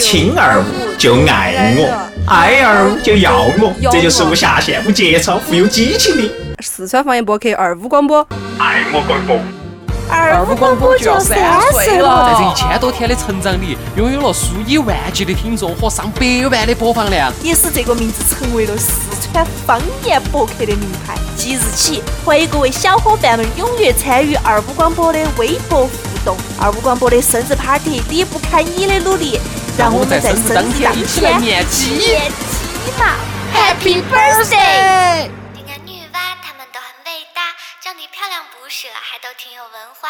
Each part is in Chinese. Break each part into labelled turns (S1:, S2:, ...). S1: 听而悟就爱我，爱而悟就要我，这就是无下限、无节操、富有激情的
S2: 四川方言博客二五广播，
S1: 爱我广播。
S3: 二五广播就要三岁了，
S4: 在这一千多天的成长里，拥有了数以万计的听众和上百万的播放量。
S3: 也使这个名字成为了四川方言博客的名牌。即日起，欢迎各位小伙伴们踊跃参与二五广播的微博互动，二五广播的生日 party 离不开你的努力，让我们在
S4: 在
S3: 生
S4: 生
S3: 日
S4: 日
S3: 当
S4: 当
S3: 天
S4: 天一起来
S3: 面
S4: 面基
S3: 基嘛，Happy birthday！
S5: 你看女娲，她们都很伟大，长得漂亮不是了，还都挺有文化。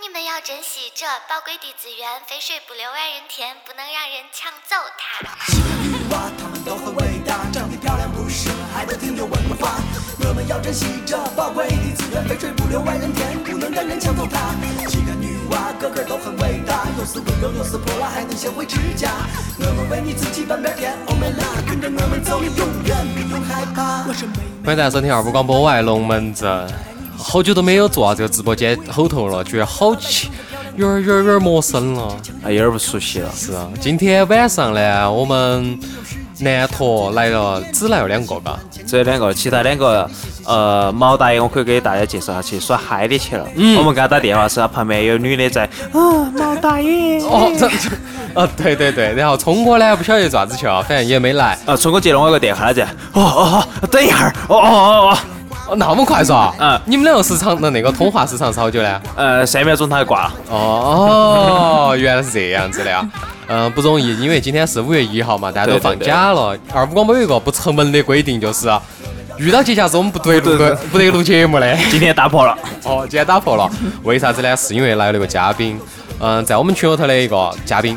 S5: 你们要珍惜这宝贵的资源，肥水不流外人田，不能让人抢走它。
S4: 欢迎大家收听二五广播，我爱龙门阵。好久都没有坐到这个直播间后头了，觉得好奇，有点有点有点陌生了。
S6: 哎，有点不熟悉了。
S4: 是啊，今天晚上呢，我们南坨来了，只来了两个嘎。
S6: 这两个，其他两个，呃，毛大爷，我可以给大家介绍下去耍嗨的去了。我们给他打电话时，他旁边有女的在，啊，毛大爷。
S4: 哦，这这，呃，对对对，然后聪哥呢，不晓得咋子去了，反正也没来。
S6: 啊，聪哥接了我个电话，他在，哦哦哦，等一会儿，哦哦哦哦，
S4: 哦，那么快是吧？
S6: 嗯
S4: 你们两个时长的那个通话时长是好久呢？
S6: 呃，三秒钟他就挂了。
S4: 哦，原来是这样子的啊。嗯，不容易，因为今天是五月一号嘛，大家都
S6: 对对
S4: 放
S6: 对
S4: 假了。二五广播有一个不成文的规定，就是啊遇到节假日我们不得录
S6: 对
S4: 个不得录节目的。
S6: 今天打破了，
S4: 哦，今天打破了，为啥子呢？是因为来了一个嘉宾，嗯，在我们群里头的一个嘉宾，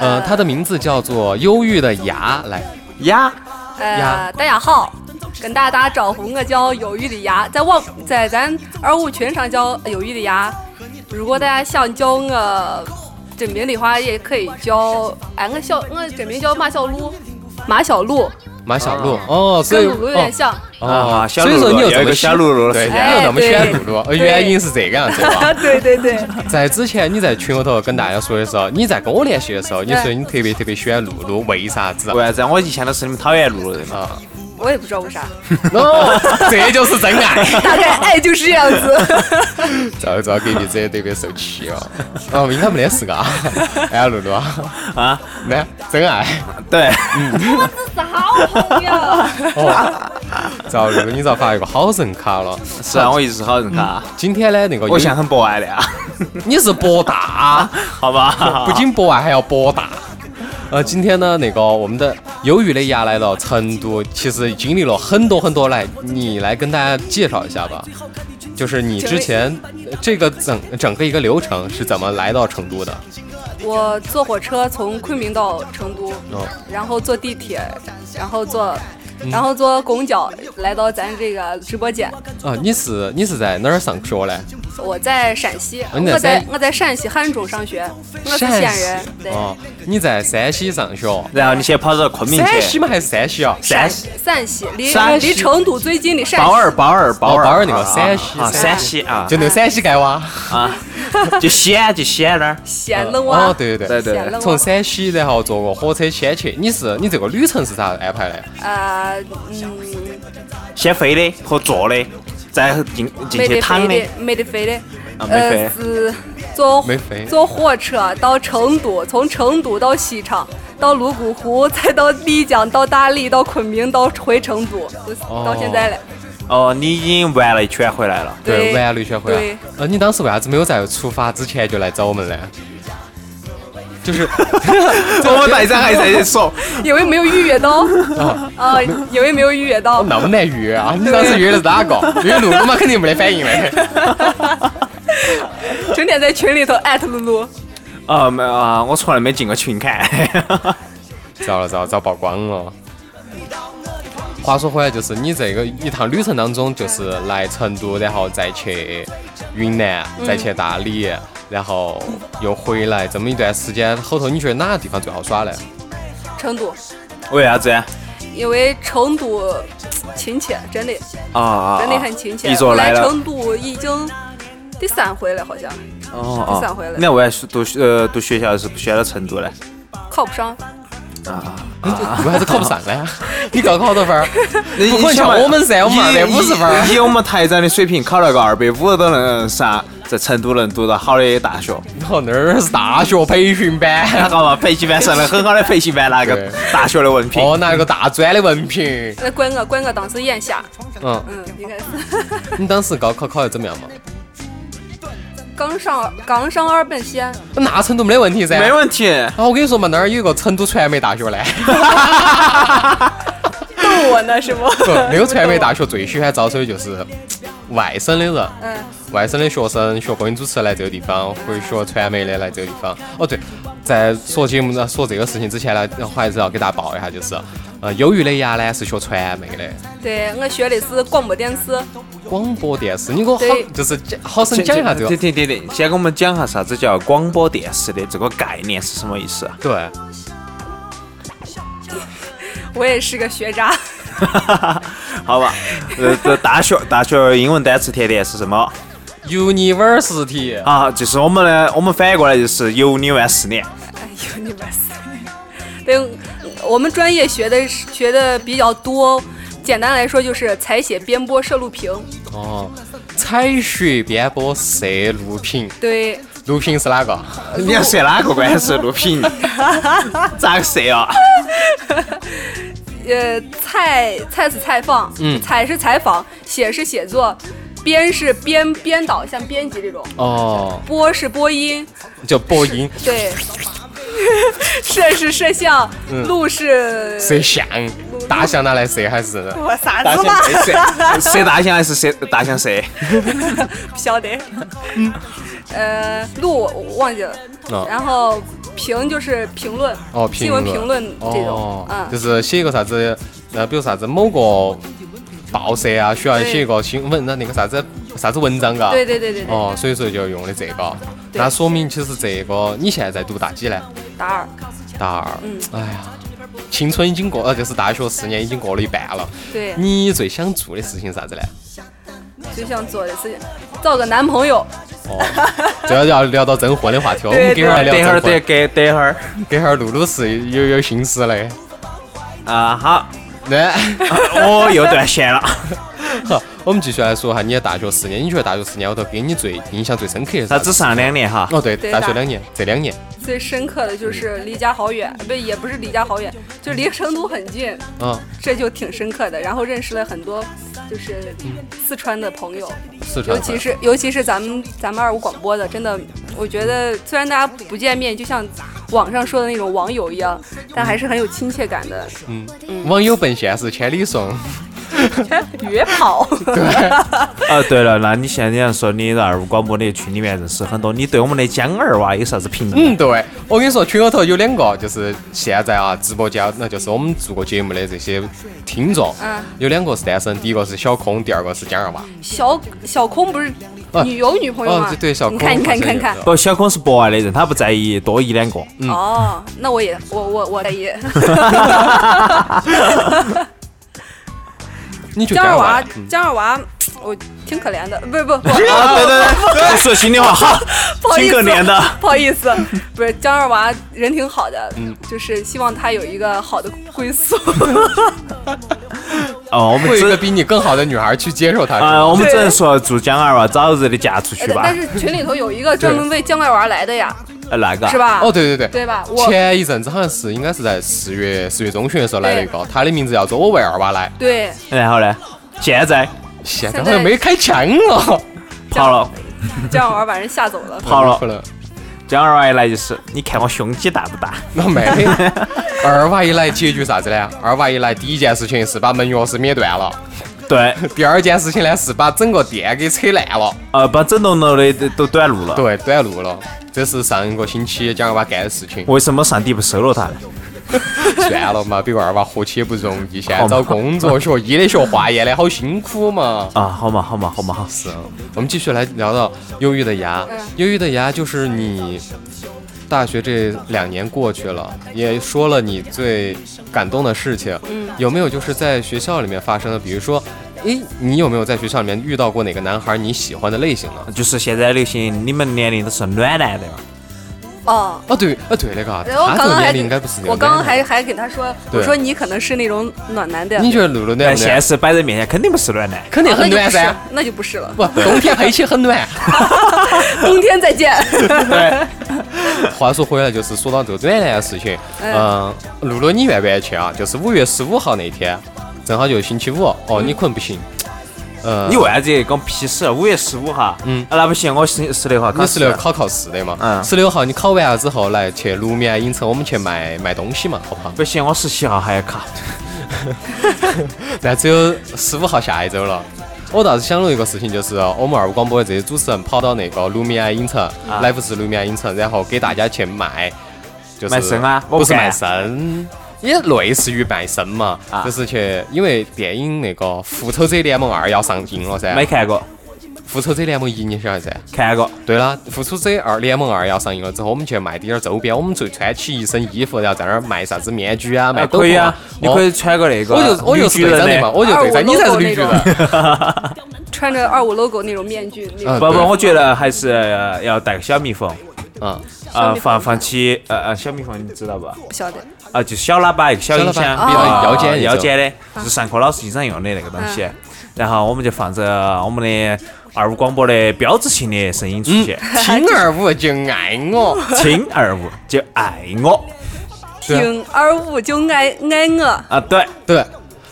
S4: 嗯，他的名字叫做忧郁的牙，来，
S6: 呀，
S2: 呃
S4: 呀，
S2: 大家好，跟大家打招呼，我叫有鱼的牙，在网在咱二五群上叫有鱼的牙。如果大家想叫我真名的话，也可以叫哎，我小我真名叫马小璐，马小璐
S4: 马小璐，哦，所
S2: 跟
S4: 以
S2: 露露有点
S4: 哦
S2: 像。
S4: 哦
S6: 啊，小
S4: 所以
S6: 露
S4: 说
S6: 露
S4: 你又
S6: 有
S4: 这
S6: 一
S4: 么
S6: 个
S4: 喜
S6: 小露露了
S4: 对，
S6: 是
S4: 然后那么喜欢露露，呃
S2: 对
S4: 原因是这个样 子吧？
S2: 对对对，
S4: 在之前你在群里头跟大家说的时候，你在跟我联系的时候，你说你特别特别喜欢露露，为啥子？
S6: 为啥子？我一向都是你们讨厌露露的嘛。
S4: 啊，
S2: 我也不知道为啥，
S4: 哦，这就是真爱。
S2: 大概爱就是这样子。
S4: 赵赵隔壁这特别受气哦，哦，应该没得事啊。哎呀，露露啊，
S6: 啊，
S4: 来，真爱。
S6: 对，
S4: 哦，赵露露，你遭发一个好人卡了。
S6: 是啊，我一直是好人卡，
S4: 今天呢，那个
S6: 我像很博爱的啊，
S4: 你是博大，
S6: 好吧？
S4: 不仅博爱还要博大。呃，今天呢，那个我们的忧郁的牙来到成都，其实经历了很多很多来，你来跟大家介绍一下吧。就是你之前呃这个整整个一个流程是怎么来到成都的？
S2: 我坐火车从昆明到成都，
S4: 哦
S2: 然后坐地铁，然后坐，然后坐公交来到咱这个直播间。
S4: 啊，你是你是在哪儿上学嘞？
S2: 我在陕西，
S4: 哦你在
S2: 我在
S4: 山
S2: 我在陕西汉中上学，我是西安人，对，
S4: 哦，你在山西上学？
S6: 然后你先跑到昆明
S4: 陕西
S6: 去，
S4: 嘛还是山西啊？
S6: 陕西
S2: 西，陕西离
S6: 陕西
S2: 离成都最近的 陕
S6: 包
S2: 西，
S6: 二包二包
S4: 哦
S6: 二
S4: 包二那个
S6: 啊
S4: 陕西
S6: 啊，
S4: 陕
S6: 陕
S4: 西
S6: 西啊，
S4: 就那个陕西盖哇。
S6: 啊，就西安就西安那儿。
S2: 西安冷哇，
S4: 哦，对对对
S6: 对对
S2: 西安冷
S4: 从
S2: 哇，
S4: 陕西然后坐个火车先去。你是你这个旅程是咋安排的？
S2: 呃，嗯，
S6: 先飞的和坐的，再进进
S2: 没
S6: 去
S2: 得
S6: 躺
S2: 飞
S6: 的
S2: 的，，没得飞的，
S6: 啊没
S2: 呃，
S6: 飞，
S2: 是坐
S4: 没飞
S2: 坐火车到成都，从成都到西昌，到泸沽湖， 再到丽江，到大理，到昆明，到回成都，就是到现在了。
S6: 哦，你已经玩了一圈回 来了。
S2: 对
S4: 玩了一圈回来
S2: 对。
S4: 呃，你当时为啥子没有在出发之前就来找我们 呢？就是哦
S6: 我们大家还在 说，
S2: 因为 没有预约到，啊，因为没有预约到，
S4: 那么难约啊！你当时约的是哪个？ 约露露嘛，肯定没得反应嘞。
S2: 整天在群里头艾特露露，
S6: 啊没啊，我从来没进过群看。
S4: 遭了遭遭曝光了。话说回来，就是你这个一趟旅程当中，就是来成都，然后再去云南，再去大理，
S2: 嗯
S4: 然后又回来，这么一段时间后头，你觉得哪个地方最好 耍嘞？
S2: 成都，
S6: 为啥子？啊
S2: 因为成都亲切，真的
S6: 啊啊！
S2: 真的很亲切。
S6: 一
S2: 我
S6: 桌来
S2: 来
S6: 了。
S2: 成都已经第三回了，好像。
S6: 哦
S2: 第三回了
S6: 那为啥读呃读学校是不选到成都嘞？
S2: 靠不上。
S6: 啊，
S4: 我还是考不上了。你高考多少分儿？
S6: 你
S4: 不可能像我们噻，我们二百五十分儿。
S6: 以以我们台长的水平，考了个二百五都能上，在成都能读到好的大学，
S4: 哦，那儿是大学培训班
S6: 好。吧？培训班上了很好的培训班，拿个
S4: 对
S6: 大学的文凭。
S4: 哦，拿了个大专的文凭。
S2: 那关个关个档次咽下，
S4: 嗯，
S2: 嗯，应该是
S4: 你当时高考考得怎么样嘛？
S2: 刚上刚上二本线，
S4: 那成都没得问题噻。
S6: 没问题，
S4: 然后我跟你说嘛，那儿有一个成都传媒大学 嘞，
S3: 逗 我呢是不？
S4: 不，那个传媒大学最喜欢招收的就是外省的人，
S2: 嗯，
S4: 外省的学生学播音主持来这个地方，或者学传媒的来这个地方。哦，对，在说节目呢说这个事情之前呢，然后还是要给大家报一下，就是呃，忧郁的牙呢是学传媒的，
S2: 对我学的是广播电视，
S4: 广播电视。你给我好
S2: 对
S4: 就是讲好生讲一下这个
S6: 停。停停停，先给我们讲下啥子叫广播电视的这个概念是什么意思啊？
S4: 对，
S2: 我也是个学渣。
S6: 啊 好吧，呃，这大学大学英文单词甜点是什么
S4: University
S6: 啊？就是我们呢，我们翻译过来就是由你玩四年。
S2: 哎呦，你们死！对，我们专业学的是学的比较多，简单来说就是采写、编播、摄录屏。
S4: 哦，采学编播社录屏，
S2: 对，
S4: 录屏是哪个？
S6: 你要设哪个关系？录 屏？咋个设啊？
S2: 呃，采采是采访，
S4: 嗯
S2: 采是采访，写是写作，编是编编导，像编辑这种，
S4: 哦，
S2: 播是播音，
S4: 就播音
S2: 对， 摄是摄像，录是
S4: 摄像，大象拿来摄还是？
S2: 我啥
S6: 大
S2: 子
S6: 象
S2: 嘛？
S6: 射射大象还是射大象射？
S2: 不晓得。
S4: 嗯
S2: 呃，录我我忘记了，
S4: 哦
S2: 然后评就是评论，
S4: 哦，
S2: 新闻评论这种
S4: 哦，，
S2: 嗯，
S4: 就是写一个啥子，呃，比如啥子某个报社啊，需要写一个新闻，那那个啥子啥子文章，嘎。
S2: 对对对对对，
S4: 哦，所以说就用的这个，
S2: 对
S4: 那说明其实这个你现在在读大几呢？
S2: 大二，
S4: 大二
S2: 嗯。
S4: 哎呀，青春已经过，呃，就是大学四年已经过了一半了。
S2: 对，
S4: 你最想做的事情是啥子呢？
S2: 就想做的事情，找个男朋友，
S4: 哦， 这要要聊到征婚的话题，我们
S2: 对
S4: 给儿来聊
S6: 等一会儿，
S4: 征
S6: 等
S4: 婚。
S6: 给等一会儿
S4: 给儿露露是有有心思的。
S6: 啊！好，
S4: 那
S6: 我又断线了。
S4: 好，我们继续来说一下你的大学四年。你觉得大学四年后头给你最印象最深刻的是
S6: 他
S4: 啥
S6: 只
S4: 子？
S6: 上两年哈，
S4: 哦，对，
S2: 对
S4: 大学
S2: 大
S4: 两年，这两年
S2: 最深刻的就是离家好远，不也不是离家好远，就离成都很近，
S4: 啊，
S2: 这就挺深刻的。然后认识了很多就是
S4: 嗯
S2: 四川的朋友，
S4: 四川
S2: 尤
S4: 话
S2: 其是尤其是咱们咱们二五广播的，真的，我觉得虽然大家不见面，就像网上说的那种网友一样，但还是很有亲切感的。嗯
S4: 网友奔现是千里 送，嗯
S2: 约 跑，
S6: 哦，对了，那你现在要说你在二五广播那群里面认识很多，你对我们的江二娃有啥子评价？
S4: 嗯，对，我跟你说，群里头有两个，就是现在啊，直播间，那就是我们做过节目的这些听众，
S2: 嗯
S4: 有两个是单身，第一个是小空，第二个是江二娃。
S2: 小小空不是
S4: 啊
S2: 女有女朋友
S4: 哦
S2: 吗？，
S4: 对对，小空
S2: 你
S4: 好像
S2: 看
S4: 有
S2: 你
S4: 的，
S2: 看你看你看。
S6: 不，小孔是博爱的人，他不在意多一两个。
S4: 嗯
S2: 哦，那我也我我我 也
S4: 你觉得
S2: 江二
S4: 二嗯
S2: 娃
S4: 呢
S2: 江二娃，我挺可怜的，不是 不不
S6: 啊，对对对，你说心里话，好，
S2: 不好意
S6: 挺
S2: 思
S6: 可怜的。
S2: 不好意思，不是江二娃人挺好的，
S4: 嗯
S2: 就是希望她有一个好的归 宿。
S6: 哦，我们
S4: 会有一
S6: 只
S4: 个比你更好的女孩去接受他。是
S6: 啊，
S4: 吗
S6: 我们只能说祝江二娃早日的嫁出去
S2: 呃
S6: 吧
S2: 但。是群里头有一个专门为江二娃来的呀，
S6: 呃，那个
S2: 是？吧？
S4: 哦，对对对，
S2: 啊对吧我
S4: 前一阵子好像是应该是在四月四月中旬的时候来了一个，他的名字叫做我为二娃来，
S2: 对，
S6: 然后呢？现在
S4: 现在好像没开枪了，
S6: 跑了，
S2: 江二娃把人吓走 了。
S6: 跑了
S4: 可能
S6: 江二娃一来就是，你看我胸肌大不大？
S4: 那没。 二娃一来结局啥子呢？二娃一来第一件事情是把门钥匙灭断了，
S6: 对，
S4: 第二件事情呢是把整个店给扯烂了，
S6: 呃，把整栋楼的都都短路了。
S4: 对，短路了。这是上个星期江二娃干的事情，
S6: 为什么上帝不收了他呢？
S4: 算了嘛，比个二娃活起也不容易，现在找工作学医的学化验的好辛苦嘛。
S6: 啊，好嘛，好嘛，好嘛，好。
S4: 是，我们继续来聊到忧郁的牙。
S2: 嗯
S4: 忧郁的牙就是你大学这两年过去了，也说了你最感动的事情。
S2: 嗯
S4: 有没有就是在学校里面发生的？比如说，诶，你有没有在学校里面遇到过哪个男孩你喜欢的类型呢？
S6: 就是现在流行，你们年龄都是暖男对吧？
S2: 哦。
S4: 哦对，哦对那个啊，
S2: 然后我
S4: 他
S2: 刚
S4: 这
S2: 刚
S4: 个
S2: 还
S4: 年龄应该不是这个
S2: 我刚刚
S4: 年
S2: 还还给他说，
S4: 对
S2: 我说你可能是那种暖男的
S4: 龄，你觉得露露暖
S6: 在
S4: 不
S6: 现
S4: 暖？
S6: 实摆在面前肯定不是暖 男。
S4: 肯定
S2: 啊那
S4: 很
S2: 就
S4: 暖
S2: 不
S4: 噻
S2: 是，，那就不是了。
S4: 不，冬天黑起很暖。
S2: 冬天再 见。
S4: 话说回来，就是说到这个暖男的事情，
S2: 嗯
S4: 嗯，露露，你愿不愿意去啊？就是五月十五号那天，正好就是星期五，哦，你可能不行，呃，
S6: 你为啥子讲屁事？啊五月十五号，
S4: 嗯
S6: 啊那不行，我十十六号考
S4: 你
S6: 试，
S4: 十六考考试的嘛，
S6: 嗯
S4: 十六号你考完了之后来去路面影城，我们去卖卖东西嘛，好不好？
S6: 不行，我十七号还要考。
S4: 但只有十五号下一周了。我倒是想了一个事情，就是我们二五广播的这些主持人跑到那个路面影城，
S6: 啊
S4: 来福士路面影城，然后给大家去卖，就是
S6: 卖身啊我
S4: 不
S6: 不
S4: 是
S6: 干
S4: 卖身，也类似于卖身嘛，
S6: 啊
S4: 就是去，因为电影那个《复仇者联盟二》要上映了噻，
S6: 没
S4: 《
S6: 看过，
S4: 复仇者联盟一》你晓得噻？
S6: 看过。
S4: 对了，《复仇者二联盟二》要上映了之后，我们去卖点儿周边，我们就穿起一身衣服，然后在那儿卖啥子面具啊，卖
S6: 啊，
S4: 斗
S6: 可以
S4: 篷
S6: 啊，你可以穿个那个
S4: 我就我就是
S6: 绿巨
S4: 队
S6: 人哎的
S4: 长的嘛，我就队
S2: 二五
S4: 长，你才是
S2: logo
S4: 绿巨
S2: 那
S4: 人。
S2: 穿着二五 logo 那种面具，那种
S4: 嗯
S6: 不不，
S4: 对
S6: 我觉得还是呃要带个小蜜蜂
S4: 啊，
S6: 啊，
S2: 蜜蜂
S6: 放放起呃呃小蜜蜂你知道吧？
S2: 不晓得。
S6: 啊，就是小喇叭一个小音
S4: 小喇
S6: 箱，
S4: 叭
S2: 比
S6: 啊
S4: 腰间那种
S6: 腰间的，就是上课老师经常用的那个东西。啊然后我们就放着我们的二五广播的标志性的声音出现，
S4: 听二五就爱我，
S6: 听二五就爱我
S4: 对啊
S2: 听二五就爱爱我，
S6: 啊，对，
S4: 对。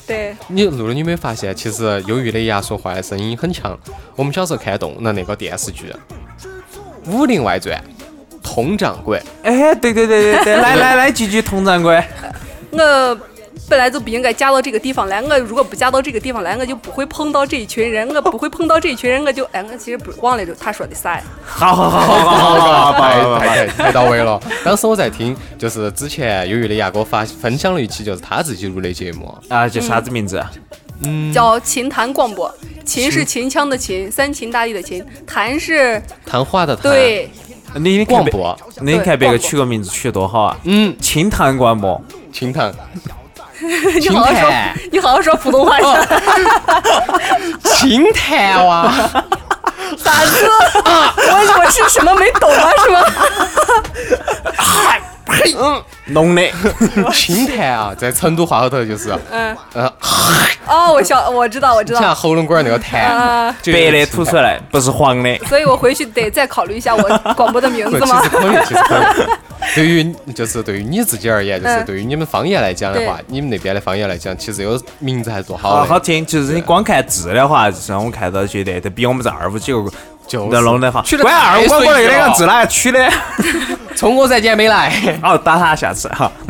S2: 对，
S4: 你露露，你有没有发现，其实忧郁的牙说话的声音很强。我们小时候看动那那个电视剧《武林外传》，佟掌柜，
S6: 哎，对对对 对对，来来来，几句佟掌柜，
S2: 我本来就不应该嫁到这个地方来，我如果不嫁到这个地方来，我就不会碰到这一群人，我不会碰到这一群人，我就哎，我其实不忘了就他说的啥呀？
S6: 好好好好好好好好好
S4: 太
S6: 好，
S4: 太太太到位了。当时我在听，就是之前忧郁的牙给我发分享了一期，就是他自己录的节目。
S6: 啊，叫啥子名字？
S2: 叫琴弹广播，琴是秦腔的琴，三秦大地的琴，弹是
S4: 谈话的谈，
S2: 对，
S6: 你你看
S4: 广
S6: 别
S4: 播，
S6: 你看别个取个名字取得多好啊！
S4: 嗯，
S6: 清谈广播，
S4: 清谈，
S2: 你
S4: 清
S2: 好好说
S4: 谈，，
S2: 你好好说普通话行吗。
S4: 清谈哇。
S2: 咋子？我我是什么没懂啊？是吗？
S6: 浓的，
S4: 清谈啊，在成都话后头就是，
S2: 嗯，
S4: 呃，
S2: 哦，我晓，我知道，我知道。
S4: 像喉咙管儿那个痰，
S2: 啊，
S4: 就
S6: 白
S4: 有
S6: 的
S4: 点
S6: 吐
S4: 清
S6: 出
S4: 淡。
S6: 来，不是黄的。
S2: 所以我回去得再考虑一下我广播的名
S4: 不，
S2: 字
S4: 其
S2: 吗
S4: 实？可以，其实可以。对于就是对于你自己而言，就是
S2: 嗯
S4: 对于你们方言来讲的话
S2: 对，
S4: 你们那边的方言来讲，其实有名字还是做
S6: 好
S4: 好
S6: 啊好
S4: 的，
S6: 听，就是你光看字的话，就是我看到觉得都比我们这二五几个
S4: 就是
S6: 都弄得好。
S4: 取得
S6: 关键二
S4: 太
S6: 五广播
S4: 随
S6: 那
S4: 意了哎
S6: 两个字哪个取 的？
S4: 从我再见没来，
S6: 好，打他下次哈。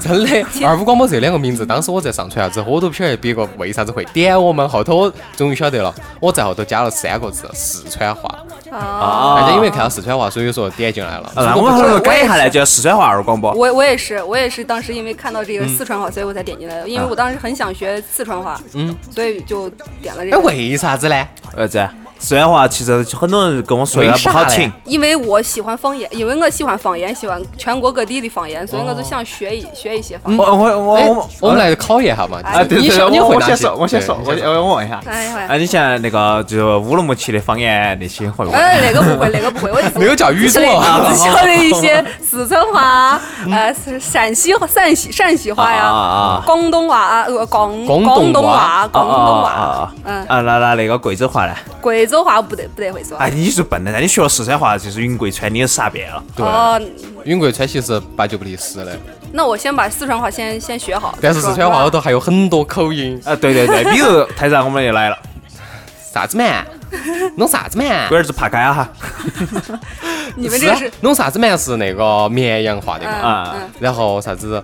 S4: 真的。二五广播这两个名字，当时我在上传了之后，我都不晓得别个为啥子会点我们。后头我终于晓得了，我在后头加了三个字四川话，
S2: 啊，
S4: 大家因为看到四川话，所以说点进来了。
S6: 哎那
S4: 如
S6: 啊我
S4: 果
S6: 们
S4: 不
S6: 后头
S2: 我
S6: 改一下
S2: 也
S6: 来，
S2: 是
S6: 叫四川话二五广播。
S2: 我我也是，我也是当时因为看到这个四川话，
S4: 嗯
S2: 所以我才点进来的，
S4: 啊
S2: 因为我当时很想学四川话，嗯，所以就点了这个。
S4: 哎，为啥子呢？
S6: 儿子，四川话其实很多人跟我说的
S4: 为
S6: 不
S4: 啥
S6: 好
S4: 嘞
S6: 听。
S2: 因为我喜欢方言，因为我喜欢方言，喜欢全国各地的方言，所以我就
S4: 哦
S2: 想学一学一些方言。
S6: 我我
S4: 哎
S6: 哦我
S4: 我们来考验一下嘛。
S6: 啊，对
S4: 你
S6: 对，
S4: 想你
S6: 我
S4: 会
S6: 我
S4: 哪
S6: 先
S4: 些
S6: 说，我先
S4: 对
S6: 说，
S4: 你
S6: 我我我问一下。
S2: 哎呀
S6: 啊，你像那个就是乌鲁木齐的方言那些会不会？
S4: 啊
S2: 哎，哪个不会，哪个不会，我 只
S4: 那个叫语
S2: 只
S4: 种
S2: 会
S4: 啊。嗯
S2: 只晓得一 些四川话，呃，是陕西陕西陕西话
S6: 啊啊
S2: 呀
S6: 啊，
S2: 广东话啊，呃，广
S4: 广
S2: 广
S4: 东
S2: 东
S4: 话
S2: 话，
S6: 啊
S2: 广东
S6: 啊
S2: 话，
S6: 啊啊
S2: 嗯！
S6: 啊，那那那个贵州话呢？
S2: 贵州话不得不得会说。
S6: 哎，你是笨蛋，那你学了四川话就是云贵川，你就傻遍了。
S4: 对，
S2: 哦，
S4: 云贵川其实八九不离十的。
S2: 那我先把四川话先先学好。
S4: 但是四川话后
S2: 我
S4: 头还有很多口音，
S6: 啊，对 对对，比如台长我们又来了，
S4: 啥子嘛？弄啥子嘛？
S6: 龟儿子爬开啊哈。
S2: 你们这个是
S4: 啊弄啥子嘛？是那个绵阳话的嘛？
S6: 啊
S2: 嗯
S4: 然后啥子，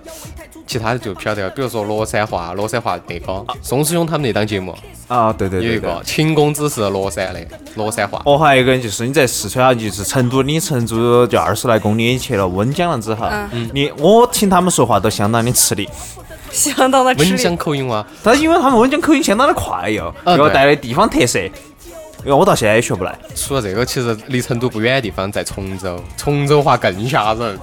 S4: 其他的就不晓得了。比如说乐山话，乐山话那个宋师兄他们那档节目
S6: 啊，对对
S4: 有
S6: 对
S4: 一
S6: 对
S4: 个。秦公子是乐山的，乐山话。
S6: 哦，还有一个人就是你在四川啊，就是成都，你成都就二十来公里去了温江了之后，
S4: 嗯
S6: 你我听他们说话都相当的吃力，
S2: 嗯相当的吃
S4: 温
S2: 力
S4: 江。口音啊哇，
S6: 但是因为他们温江口音相当的快又，
S4: 啊
S6: 给我
S4: 对
S6: 带来地方特色，因为我到现在也学不来。
S4: 除了这个，其实离成都不远的地方在崇州，崇州话更吓人，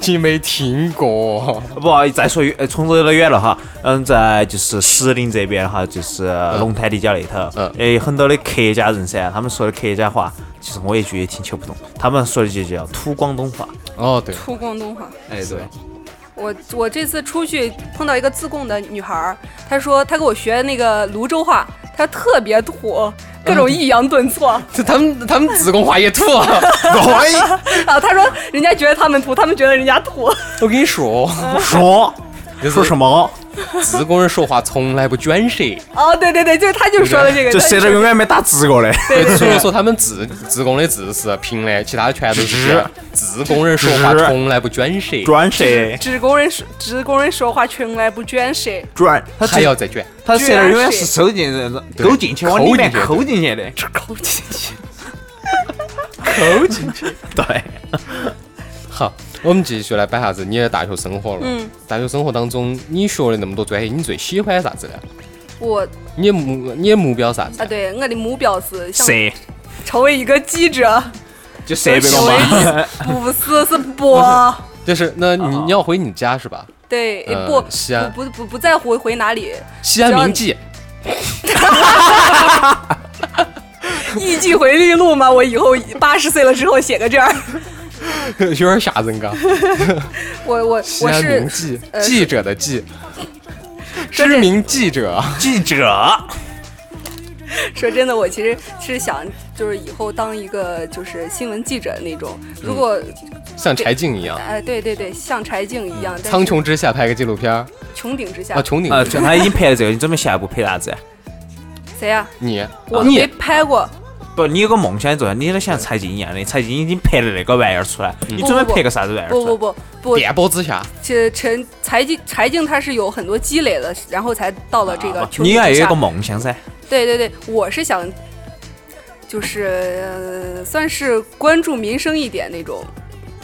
S4: 你没听过？
S6: 不，再说远，呃崇州有点远了哈。嗯，在就是石林这边哈，就是龙潭立交那头，
S4: 嗯
S6: 也有很多的客家人噻，他们说的客家话，其实我一句也听听不懂。他们说的就叫土广东话，
S4: 哦，对，
S2: 出广东话。
S4: 哎
S6: 是
S4: 对
S6: 吧，
S2: 我我这次出去碰到一个自贡的女孩儿，她说她给我学那个泸州话，她特别土，各种抑扬顿挫。
S4: 这他们他们自贡话也土啊，
S6: 哎
S4: 对，
S2: 啊，她说人家觉得他们土，他们觉得人家土。
S4: 我跟你 说，
S6: 哎说
S4: 就是
S6: 说什么？
S4: 自贡人说话从来不卷舌，
S2: 哦，对对哎对，就是她就说了这个，
S6: 这
S2: 她
S6: 舌头永远没打 直过的。
S2: 对对
S4: 除
S2: 对
S4: 了说他们自自贡的字是平的，其他的全都是卷。自贡人说话
S6: 直
S4: 从来不卷舌，
S6: 转舌，
S2: 职工人说职工人说话从来不卷舌，
S6: 转，他
S4: 还
S6: 这
S4: 要再卷。
S6: 他舌头永远是收进
S4: 对
S6: 勾进去，往里面
S4: 抠
S6: 抠进去 的，
S2: 抠进去。
S6: 抠进去。对，
S4: 好，我们继续来摆下子你的大学生活了。
S2: 嗯，
S4: 大学生活当中，你学了那么多专业，你最喜欢啥子呢？
S2: 我
S4: 你的目你的目标啥子
S2: 啊，？对，我的目标是想
S6: 舌
S2: 成为一个记者，
S6: 就舌
S2: 成
S6: 头
S2: 为
S6: 嘛。
S2: 不是是播。
S4: 就是那你你要回你家是吧？
S2: 对，
S4: 呃
S2: 不
S4: 西安
S2: 不不不不在乎回哪里，
S4: 西安名记，
S2: 一季回力录嘛，我以后八十岁了之后写个这样。
S4: 有点吓人嘎。
S2: 我我
S4: 西
S2: 我
S4: 安
S2: 是
S4: 名记，
S2: 呃
S4: 记者的记，
S2: 真
S4: 知
S2: 的
S4: 名记者。
S6: 记者，
S2: 说真的，我其实是想就是以后当一个就是新闻记者那种。
S6: 嗯
S2: 如果
S4: 像柴静一样，
S2: 哎、对对对，像柴静一样，但
S4: 苍
S2: 是
S4: 穹之下拍个纪录片儿
S2: 穹顶之下，
S4: 啊，穹 顶
S6: 呃，
S4: 之下，
S6: 他已经拍了这个，你准备下一步拍啥子？
S2: 谁
S6: 啊
S2: 呀、
S4: 你
S2: 我
S4: 你
S2: 没拍过，
S6: 不，你有个梦想做，你都像财经一样的，财经已经拍了那个玩意儿出来，你准备拍个啥子玩意儿
S2: 不
S6: 出
S2: 不
S6: 来？
S2: 不不，
S4: 电波之下，
S2: 这陈柴静柴静她是有很多积累的，然后才到了这个
S6: 啊
S2: 穹
S6: 不
S2: 顶
S6: 你要
S2: 之
S6: 有一
S2: 下
S6: 个。梦想噻，
S2: 对对对，我是想，就是、呃、算是关注民生一点那种。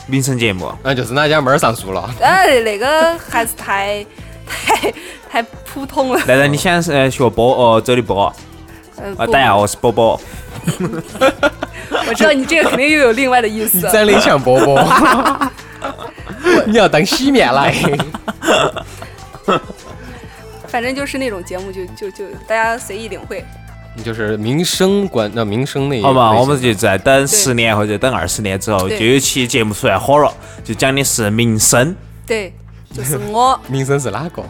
S6: 民生节目。
S4: 那就是哪家妹儿上树了？
S2: 哎，那个还是太太太普通了。
S6: 奶奶，你想呃学播哦，走的播啊？
S2: 呃，不
S6: 等一下，
S4: 啊
S6: 我是波波。
S2: 我知道你这个肯定又有另外的啊意思
S4: 你。长得像波 波， 你要当洗面 奶。
S2: 反正就是那种节目就，就就大家随意领会。
S4: 就是民生管那民生那一
S6: 好嘛，
S4: 类型
S6: 我们就再等十年或者等二十年之后，
S2: 对
S6: 就有期节目出来火了，就讲的是民生。
S2: 对，就是 我
S4: 民生是哪个？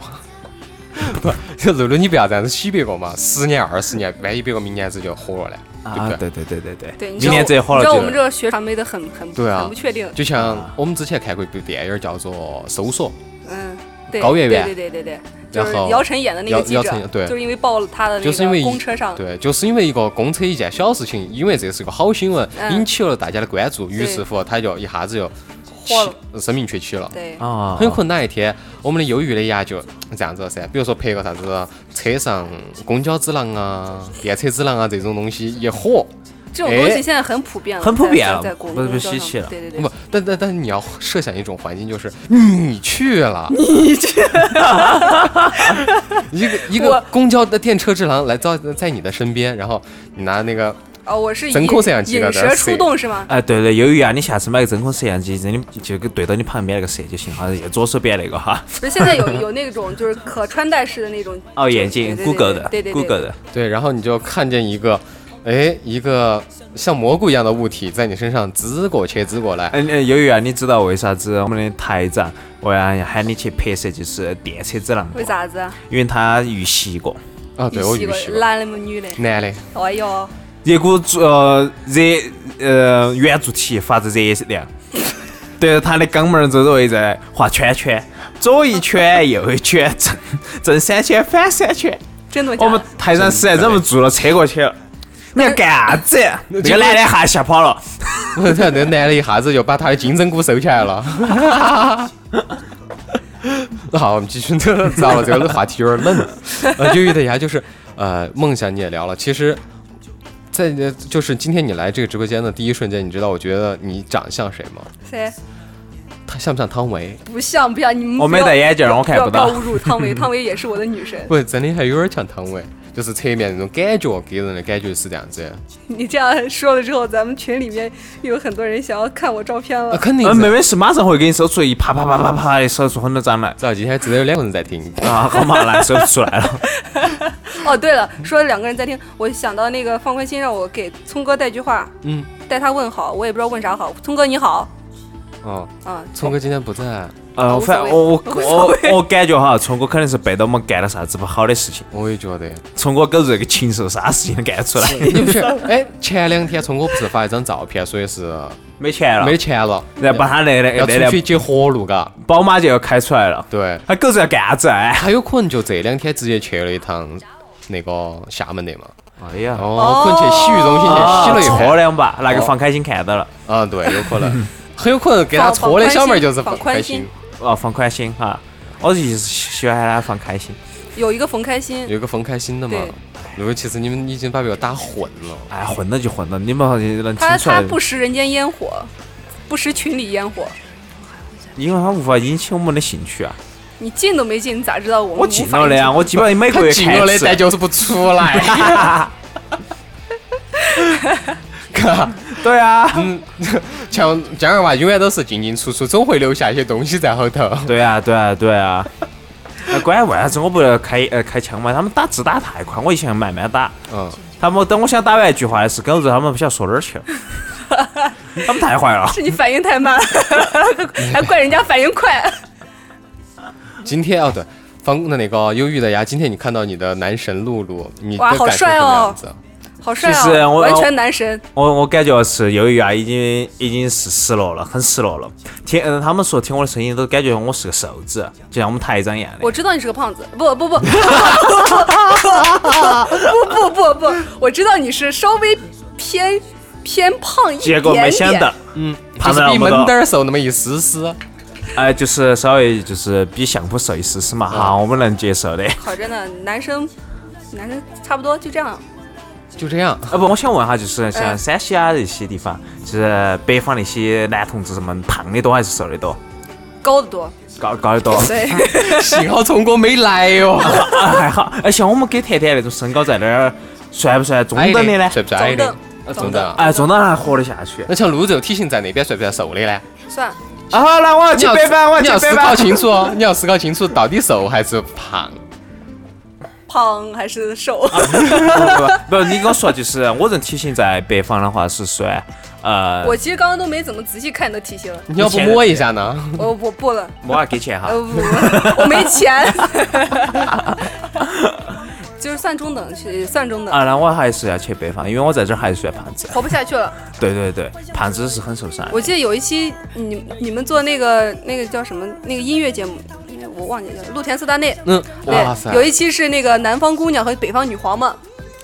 S4: 不，这露露你不要这样子洗别个嘛！十年二十年，万一别个明年子就火了嘞，对不
S6: 啊，
S4: 对？
S6: 对对对对对，
S2: 对，你知
S6: 明
S2: 道
S6: 年这火
S2: 你知
S6: 了
S2: 道我
S6: 就
S2: 们这个学传媒的很很
S4: 对啊
S2: 很不确定。
S4: 就像我们之前看过一部电影叫做《搜索》，
S2: 嗯，对，
S4: 高圆圆
S2: 对对对对对，就是
S4: 然后
S2: 姚晨演的那个
S4: 姚
S2: 记
S4: 姚晨
S2: 者，
S4: 对
S2: 就是因为报了他的那
S4: 就是因为
S2: 个
S4: 一
S2: 公车上，
S4: 对，就是因为一个公车一件小事情，因为这是个好新闻，
S2: 嗯
S4: 引起了大家的关注，于是乎他就一下子就
S2: 火了
S4: 起声名鹊起了。
S2: 对
S6: 啊，
S4: 很可能哪一天我们的忧郁的牙就这样子了噻，比如说拍个啥子车上公交之狼啊、电车之狼啊这种东西一火，
S2: 这种东
S4: 哎
S2: 西现在很普遍了，
S6: 很普
S2: 在
S6: 遍
S2: 在
S6: 了
S2: 在广
S6: 不是
S2: 公
S6: 不
S2: 交
S6: 稀
S2: 上
S6: 奇了
S2: 对对对
S4: 不，，但但但你要设想一种环境，就是你去了， 你去了，一个一个
S2: 我
S4: 公交的电车之狼来到在你的身边，然后你拿那个
S2: 哦，我是
S4: 真
S2: 以
S4: 空摄像机的
S2: 引
S4: 在
S2: 蛇出
S4: 塞
S2: 洞是吗？
S6: 哎，对对，由于啊，你下次买个真空摄像机，真的就给对到你旁边那个摄就行哈，左手边那个哈。
S2: 不是现在有有那种就是可穿戴式的那种
S6: 哦，眼
S2: 对
S6: 镜
S2: 对对
S6: ，Google 的
S2: 对对对
S6: ，Google 的，
S4: 对，然后你就看见一个，哎，一个像蘑菇一样的物体在你身上滋过去滋过来，
S6: 嗯嗯，由于啊，你知道为啥子我们的台长我要喊你去拍摄就是电车之狼？
S2: 为？啥子啊？
S6: 因为他遇袭过，
S4: 啊，对我
S2: 一
S4: 遇
S2: 个
S4: 习了，
S2: 男的么女的？
S4: 男的，
S2: 哎呦，
S6: 一股呃热呃圆柱体发着热 量，对着他的肛门周围在画圈圈，左一圈右一圈， 正正三圈反三圈。
S2: 真的假
S6: 我们
S2: 的？
S6: 台长实在忍不住了，车过去了。你要干啥子？那个男的一下吓跑了。
S4: 那那男的一下子就把他的金针菇收起来了。 好，我们继续糟了，这个话题有点冷。呃，忧郁的牙就是呃，梦想你也聊了，其实。在呃就是今天你来这个直播间的第一瞬间，你知道我觉得你长相谁吗？
S2: 谁
S4: 他像不像汤唯？
S2: 不像不像？你们
S6: 我没
S2: 不要
S6: 戴眼镜儿我看
S2: 不要
S6: 不到
S2: 不要侮辱汤唯，汤唯也是我的女 神。
S4: 不，真的还有点像汤唯，就是侧面那种感觉，给人的感觉是这样子的。
S2: 你这样说了之后，咱们群里面又有很多人想要看我照片
S4: 啊，
S2: 了。
S4: 肯定
S6: 嗯，
S4: 是。
S6: 妹妹是马上会给你搜出一啪啪啪啪啪的搜出很多张来。
S4: 知道今天只有两个人在听。
S6: 啊，好麻烦，搜不出来了。
S2: 哦，对了，说两个人在听，我想到那个放宽心让我给聪哥带句话，
S4: 嗯，
S2: 带他问好，我也不知道问啥好。聪哥你好，
S4: 哦，
S2: 嗯，
S4: 聪哥今天不在，
S6: 呃，
S2: 无所
S6: 反
S2: 谓
S6: 我我
S2: 无所
S6: 我我感觉哈，聪哥肯定是被到我们干了啥子不好的事情。
S4: 我也 觉得。
S6: 聪哥狗日个禽兽，啥事情都干得出来，
S4: 你不是？哎，前两天聪哥不是发一张照片，说的是
S6: 没钱了，
S4: 没钱 了，
S6: 然后把他那那
S4: 要
S6: 那
S4: 出去
S6: 辆
S4: 解活路，嘎。
S6: 宝马就要开出来了。
S4: 对，
S6: 他狗日要干啥子？哎
S4: 他有可能就这两天直接去了一趟那个厦门的嘛。
S6: 哎呀，
S4: 哦，可啊能去洗浴中心去洗了一
S6: 搓
S4: 番。
S6: 两把，那个房开心看到了，
S4: 啊，对，有可 能，很有可能给他搓的小妹儿就是
S2: 放
S4: 放
S2: 宽
S4: 开
S2: 心
S4: 心。
S6: 哦，放宽心哈。我就是喜欢他放开心，
S2: 有一个冯开心，
S4: 有个冯开心的嘛
S2: 对。
S4: 如果其实你们已经把别个打混了，
S6: 哎，混了就混了，你们好像能
S2: 他
S6: 听出
S2: 他，
S6: 来
S2: 不食人间烟火，不食群里烟火。
S6: 因为他无法引起我们的兴趣啊。
S2: 你进都没进，你咋知道我们
S6: 我进了的呀，
S2: 无法
S6: 我基本上每
S4: 他
S6: 个月
S4: 进
S6: 看
S4: 了
S6: 一
S4: 的，
S6: 次
S4: 但。就是不出来。嘎，
S6: 对啊，
S4: 嗯，像江二娃永远都是进进出出，总会留下一些东西在后头。
S6: 对啊，对啊，对啊。那关为啥子我不要开呃开枪嘛？他们打字打太快，我以前慢慢打。
S4: 嗯，
S6: 他们等我想打完一句话的时候，跟我说他们不晓得说哪儿去了， 他们太坏了。
S2: 是你反应太 慢，还怪人家反应快。
S4: 今天哦对，方的那个忧郁的呀，今天你看到你的男神露露，你的
S2: 哇
S4: 感受
S2: 好帅
S4: 怎么
S2: 哦
S4: 样子？
S2: 好帅
S6: 就是
S2: 啊！
S6: 我哎
S2: 完全男神，
S6: 我我感觉是由于啊，已经已经是失落了，很失落了。听，嗯、他们说听我的声音都感觉我是个瘦子，就像我们台长一样的。
S2: 我知道你是个胖子，不 不不不不不不，我知道你是稍微偏偏胖一点
S6: 结
S2: 点，
S6: 果没想到，嗯，胖
S4: 就
S6: 了那
S4: 是比
S6: 么
S4: 门
S6: 多
S4: 墩，儿瘦那么一丝丝。
S6: 哎、就是稍微就是比相扑瘦一丝丝嘛，哈，我们能接受的。
S2: 好着呢，男生男生差不多就这样，
S4: 就这 样，
S6: 啊不，我想问哈，就是像
S2: 嗯
S6: 陕西啊那些地方，就是北方那些男同志们，胖的多还是瘦的多？
S2: 高的多，
S6: 高高的多，
S2: 对，
S4: 幸好聪哥没来 哟。
S6: 啊还 好。而像我们给甜甜那种身高在那儿，算不算中等的呢？
S4: 算不算矮
S2: 中
S4: 的
S2: 等？
S4: 啊
S2: 中
S4: 中
S2: 等
S4: 等。
S6: 哎，中等还活得下去。
S4: 那像泸州体型在那边算不算瘦的呢？
S2: 算
S6: 啊，好那 我要
S4: 你
S6: 去
S4: 要
S6: 北方，我
S4: 你
S6: 要
S4: 要
S6: 去
S4: 思
S6: 北
S4: 考
S6: 方。
S4: 清楚哦，你要思考清楚到底瘦还是胖。
S2: 胖还是瘦？
S6: 啊不，你跟我说，就是我人体型在北方的话是算，呃，
S2: 我其实刚刚都没怎么仔细看你的体型，
S4: 你要不摸一下呢？
S2: 我呃我不了，
S6: 我要给钱哈
S2: 呃，不，我我没钱， 就是算中等，是算中等，
S6: 啊，那我还是要去北方，因为我在这儿还是算胖子。
S2: 活不下去了。
S6: 对对对，胖子是很受伤的。
S2: 我记得有一期你你们做那个那个叫什么那个音乐节目，我忘记了，露田斯丹内。
S4: 嗯，哇塞
S2: 对，，有一期是那个南方姑娘和北方女皇嘛，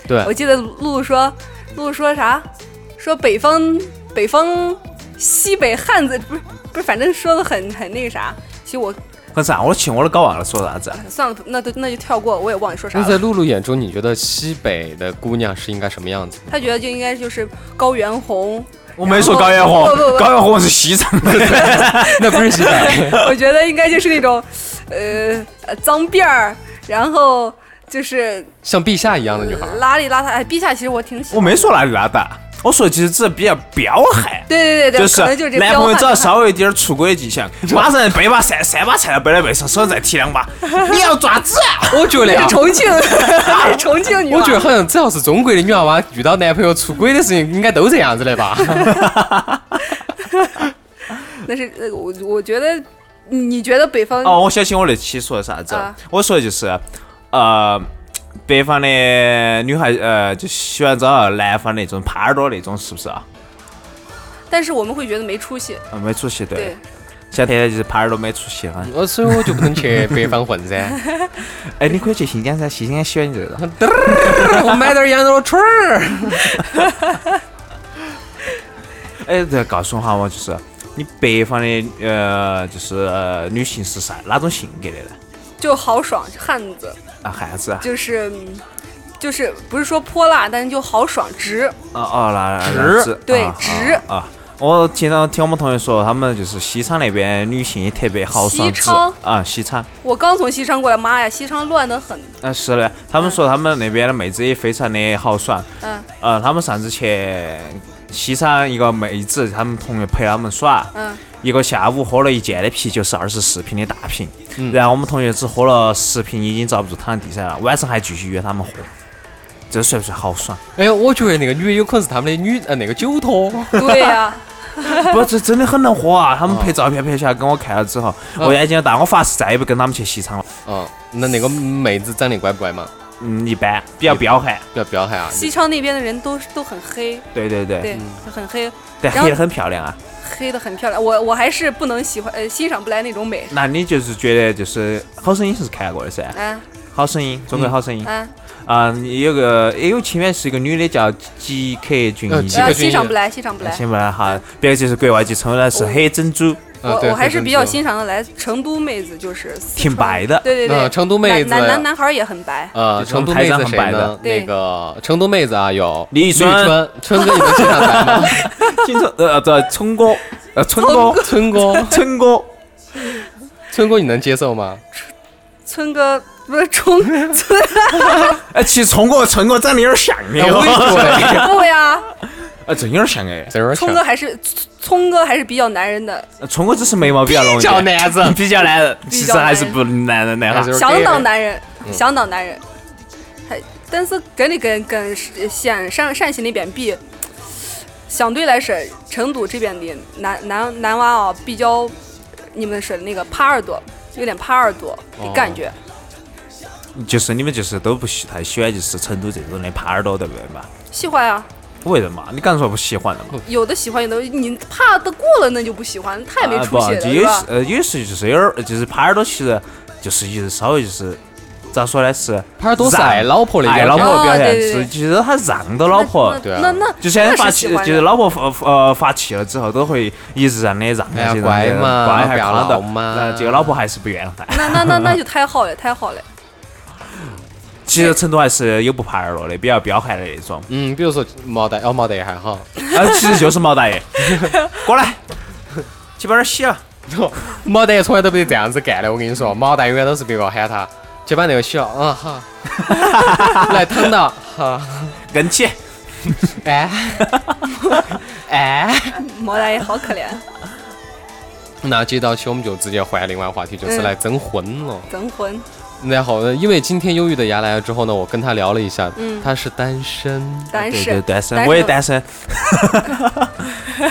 S4: 对
S2: 我记得露露说，露露说啥？说北方北方西北汉子不是不是，反正说的很很那个啥。其实我
S6: 很啥？我去，我都搞忘了说啥子。
S2: 算了，那就那就跳过，我也忘了说啥
S4: 那在
S2: 了。
S4: 露露眼中，你觉得西北的姑娘是应该什么样子？
S2: 他觉得就应该就是高原 红，
S6: 我没说高原红
S2: 不不不，
S6: 高原红是西藏的。
S4: 那不是西北，
S2: 我觉得应该就是那种，呃，呃脏辫儿，然后就是
S4: 像陛下一样的女孩。
S2: 邋里邋遢。哎，陛下其实我挺喜
S6: 我
S2: 欢。
S6: 没说哪里邋遢，我说其实只是比较彪悍。
S2: 对对对对，
S6: 就
S2: 可能就是
S6: 是
S2: 这
S6: 男
S2: 彪
S6: 朋友只要
S2: 悍。
S6: 稍微有点儿出轨的 迹象，马上背把三三把菜刀背在背上，手上再提两把。你要爪子啊？
S4: 我觉得
S2: 是
S4: 啊，
S2: 重 庆，是重庆女娃。
S4: 我觉得好像只要是中国的女娃娃遇到男朋友出轨的事情，应该都这样子的吧？
S2: 那是呃我我觉得，你你觉得北方
S6: 哦，我相信我那期说的啥子
S2: 嗯啊？
S6: 我说的就是，呃，北方的女孩呃就喜欢找南方那种耙耳朵那种，是不是啊？
S2: 但是我们会觉得没出息。
S6: 呃没出息，对
S2: 对，，
S6: 像天天就是耙耳朵没出息哈。
S4: 我所以我就不能去北方混 噻。
S6: 哎，你可以去新疆噻，新疆喜欢你这种。
S4: 我买点羊肉串儿。
S6: 哎，再告诉我哈，我就是你北方的呃，就是、呃女性是啥哪种性格的呢？
S2: 就豪爽汉子，
S6: 啊，汉子啊，
S2: 就是嗯就是不是说泼辣，但是就豪爽直。
S6: 哦哦，那那
S4: 直
S6: 那是
S2: 对
S6: 啊
S2: 直
S6: 啊啊我经常听我们同学说，他们就是西昌那边女性也特别豪爽
S2: 西
S6: 直
S2: 昌
S6: 啊，西昌
S2: 我刚从西昌过来，妈呀，西昌乱得很。
S6: 啊是的，他们说他们那边的妹子也非常的豪爽，
S2: 嗯
S6: 呃，他们上次去西昌一个妹子，他们同学陪他们耍，
S2: 嗯，
S6: 一个下午喝了一件的啤酒是二十四瓶的大瓶，然后我们同学只喝了十瓶，已经遭不住躺在地上了，晚上还继续约他们喝。这算不算豪 爽？
S4: 哎呦，我觉得那个女的有可能是他们的女呃那个酒 托，
S2: 对啊呀、
S6: 不，这真的很能喝啊！他们拍照片拍下来给我看了之后，我眼睛一大，我发誓再也不跟他们去西昌了。
S4: 嗯，那那个妹子长得乖不乖嘛？
S6: 嗯，一般，比较彪悍。
S4: 不要彪悍啊！
S2: 西昌那边的人都都很黑，
S6: 对对对，
S2: 对，很黑，
S6: 但
S2: 然后
S6: 黑得很漂亮啊。
S2: 黑的很漂亮。我我还是不能喜欢呃欣赏不来那种美。
S6: 那你就是觉得就是《好声音》是看过的噻，《
S2: 啊
S6: 好声音》中国《好
S4: 嗯
S6: 声音》
S2: 啊，
S6: 啊，有个也有情缘是一个女的叫吉克隽
S4: 呃
S6: 逸
S4: 吉
S2: 啊
S4: 克，
S2: 欣赏不来，欣赏
S4: 啊
S2: 不来。
S6: 行吧哈，别个就是国外就称她是黑珍 珠，
S4: 嗯
S2: 我
S4: 对
S2: 我还是比较
S4: 黑珍珠
S2: 欣赏的来成都妹子，就是四川
S6: 挺白的
S2: 对对对，
S4: 嗯成都妹子
S2: 男男男男孩儿也很白，
S4: 呃，
S6: 就是我
S4: 成
S6: 们
S4: 都
S6: 台
S4: 妹
S6: 长
S4: 子
S6: 很
S4: 谁
S6: 白的
S4: 呢？
S2: 对
S4: 那个成都妹子啊，有
S6: 李宇春
S4: 春，春哥你们经常来吗？
S6: 经常呃这春哥，呃春哥，
S4: 春哥，
S6: 春哥，
S4: 春哥你能接受吗？
S2: 村哥不是冲村
S6: 哎，其实春哥春哥长得有点像的
S4: 我也
S6: 哦，
S4: 觉得
S2: 不呀，
S6: 哎，真有点像哎。呃
S4: 这有点
S2: 聪哥
S4: 像。
S2: 还是聪哥还是比较男人的，
S6: 春哥只是眉毛 比较 浓一
S4: 较
S6: 点，
S4: 男人
S6: 比较哎男人，其实
S2: 较男
S6: 还是
S2: 人
S6: 不男人的
S4: 还是
S6: 哈。
S4: 有点
S2: 相当
S4: gay
S2: 男人，
S6: 嗯
S2: 相当男人，还但是跟你跟跟陕陕陕西那边比，相对来说成都这边的男男男娃哦比较，你们说的那个耙耳朵，有点耙耳朵
S6: 哦
S2: 的感觉，
S6: 就是你们就是都不喜太喜欢就是成都这种的耙耳朵，对不对嘛？
S2: 喜欢啊。
S6: 为什么？你刚才说不喜欢了嘛？
S2: 有的喜欢，有的你怕的过了，那就不喜欢，太没
S6: 啊
S2: 出息
S6: 不
S2: 了，
S6: 就是有
S2: 吧？
S6: 呃有时候就是有点儿就是耙耳朵，其实就是就是稍微就是咋说呢是
S4: 耙耳朵是爱老婆的
S6: 爱
S4: 表
S6: 老
S4: 现
S6: 婆的表
S2: 哦对
S6: 现，
S2: 对
S6: 是
S2: 对
S6: 其实他让到老婆
S2: 那。
S4: 对啊
S2: 那那
S6: 就像
S2: 那
S6: 发
S2: 是
S6: 气
S2: 喜，欢
S6: 就是
S2: 的
S6: 老婆发呃发气了之后，都会一直让你让
S4: 哎呀
S6: 着，
S4: 乖嘛
S6: 乖还
S4: 不要
S6: 看到
S4: 闹，嘛
S6: 那这个老婆还是不愿意带。
S2: 那那那那就太好了，太好了。
S6: 其实成都还是有不耙耳朵的，比较彪悍的那种。
S4: 嗯，比如说毛蛋，哦，毛蛋也还好。
S6: 啊，其实就是 毛大爷，过来，去把这儿洗了。
S4: 哦毛蛋从来都不得这样子干的，我跟你说，毛蛋永远都是别个喊他去把那个洗了，嗯好， 来躺到，好，
S6: 跟起，
S4: 哎，哎，
S2: 毛大爷好可怜，
S4: 那接到起我们就直接换另外话题，
S2: 嗯
S4: 就是来征婚了。
S2: 征婚
S4: 然后呢，因为今天忧郁的牙来了之后呢，我跟他聊了一下，他是单身。
S2: 嗯单
S6: 啊对
S2: 身！
S6: 对，，单身，我也单 身。啊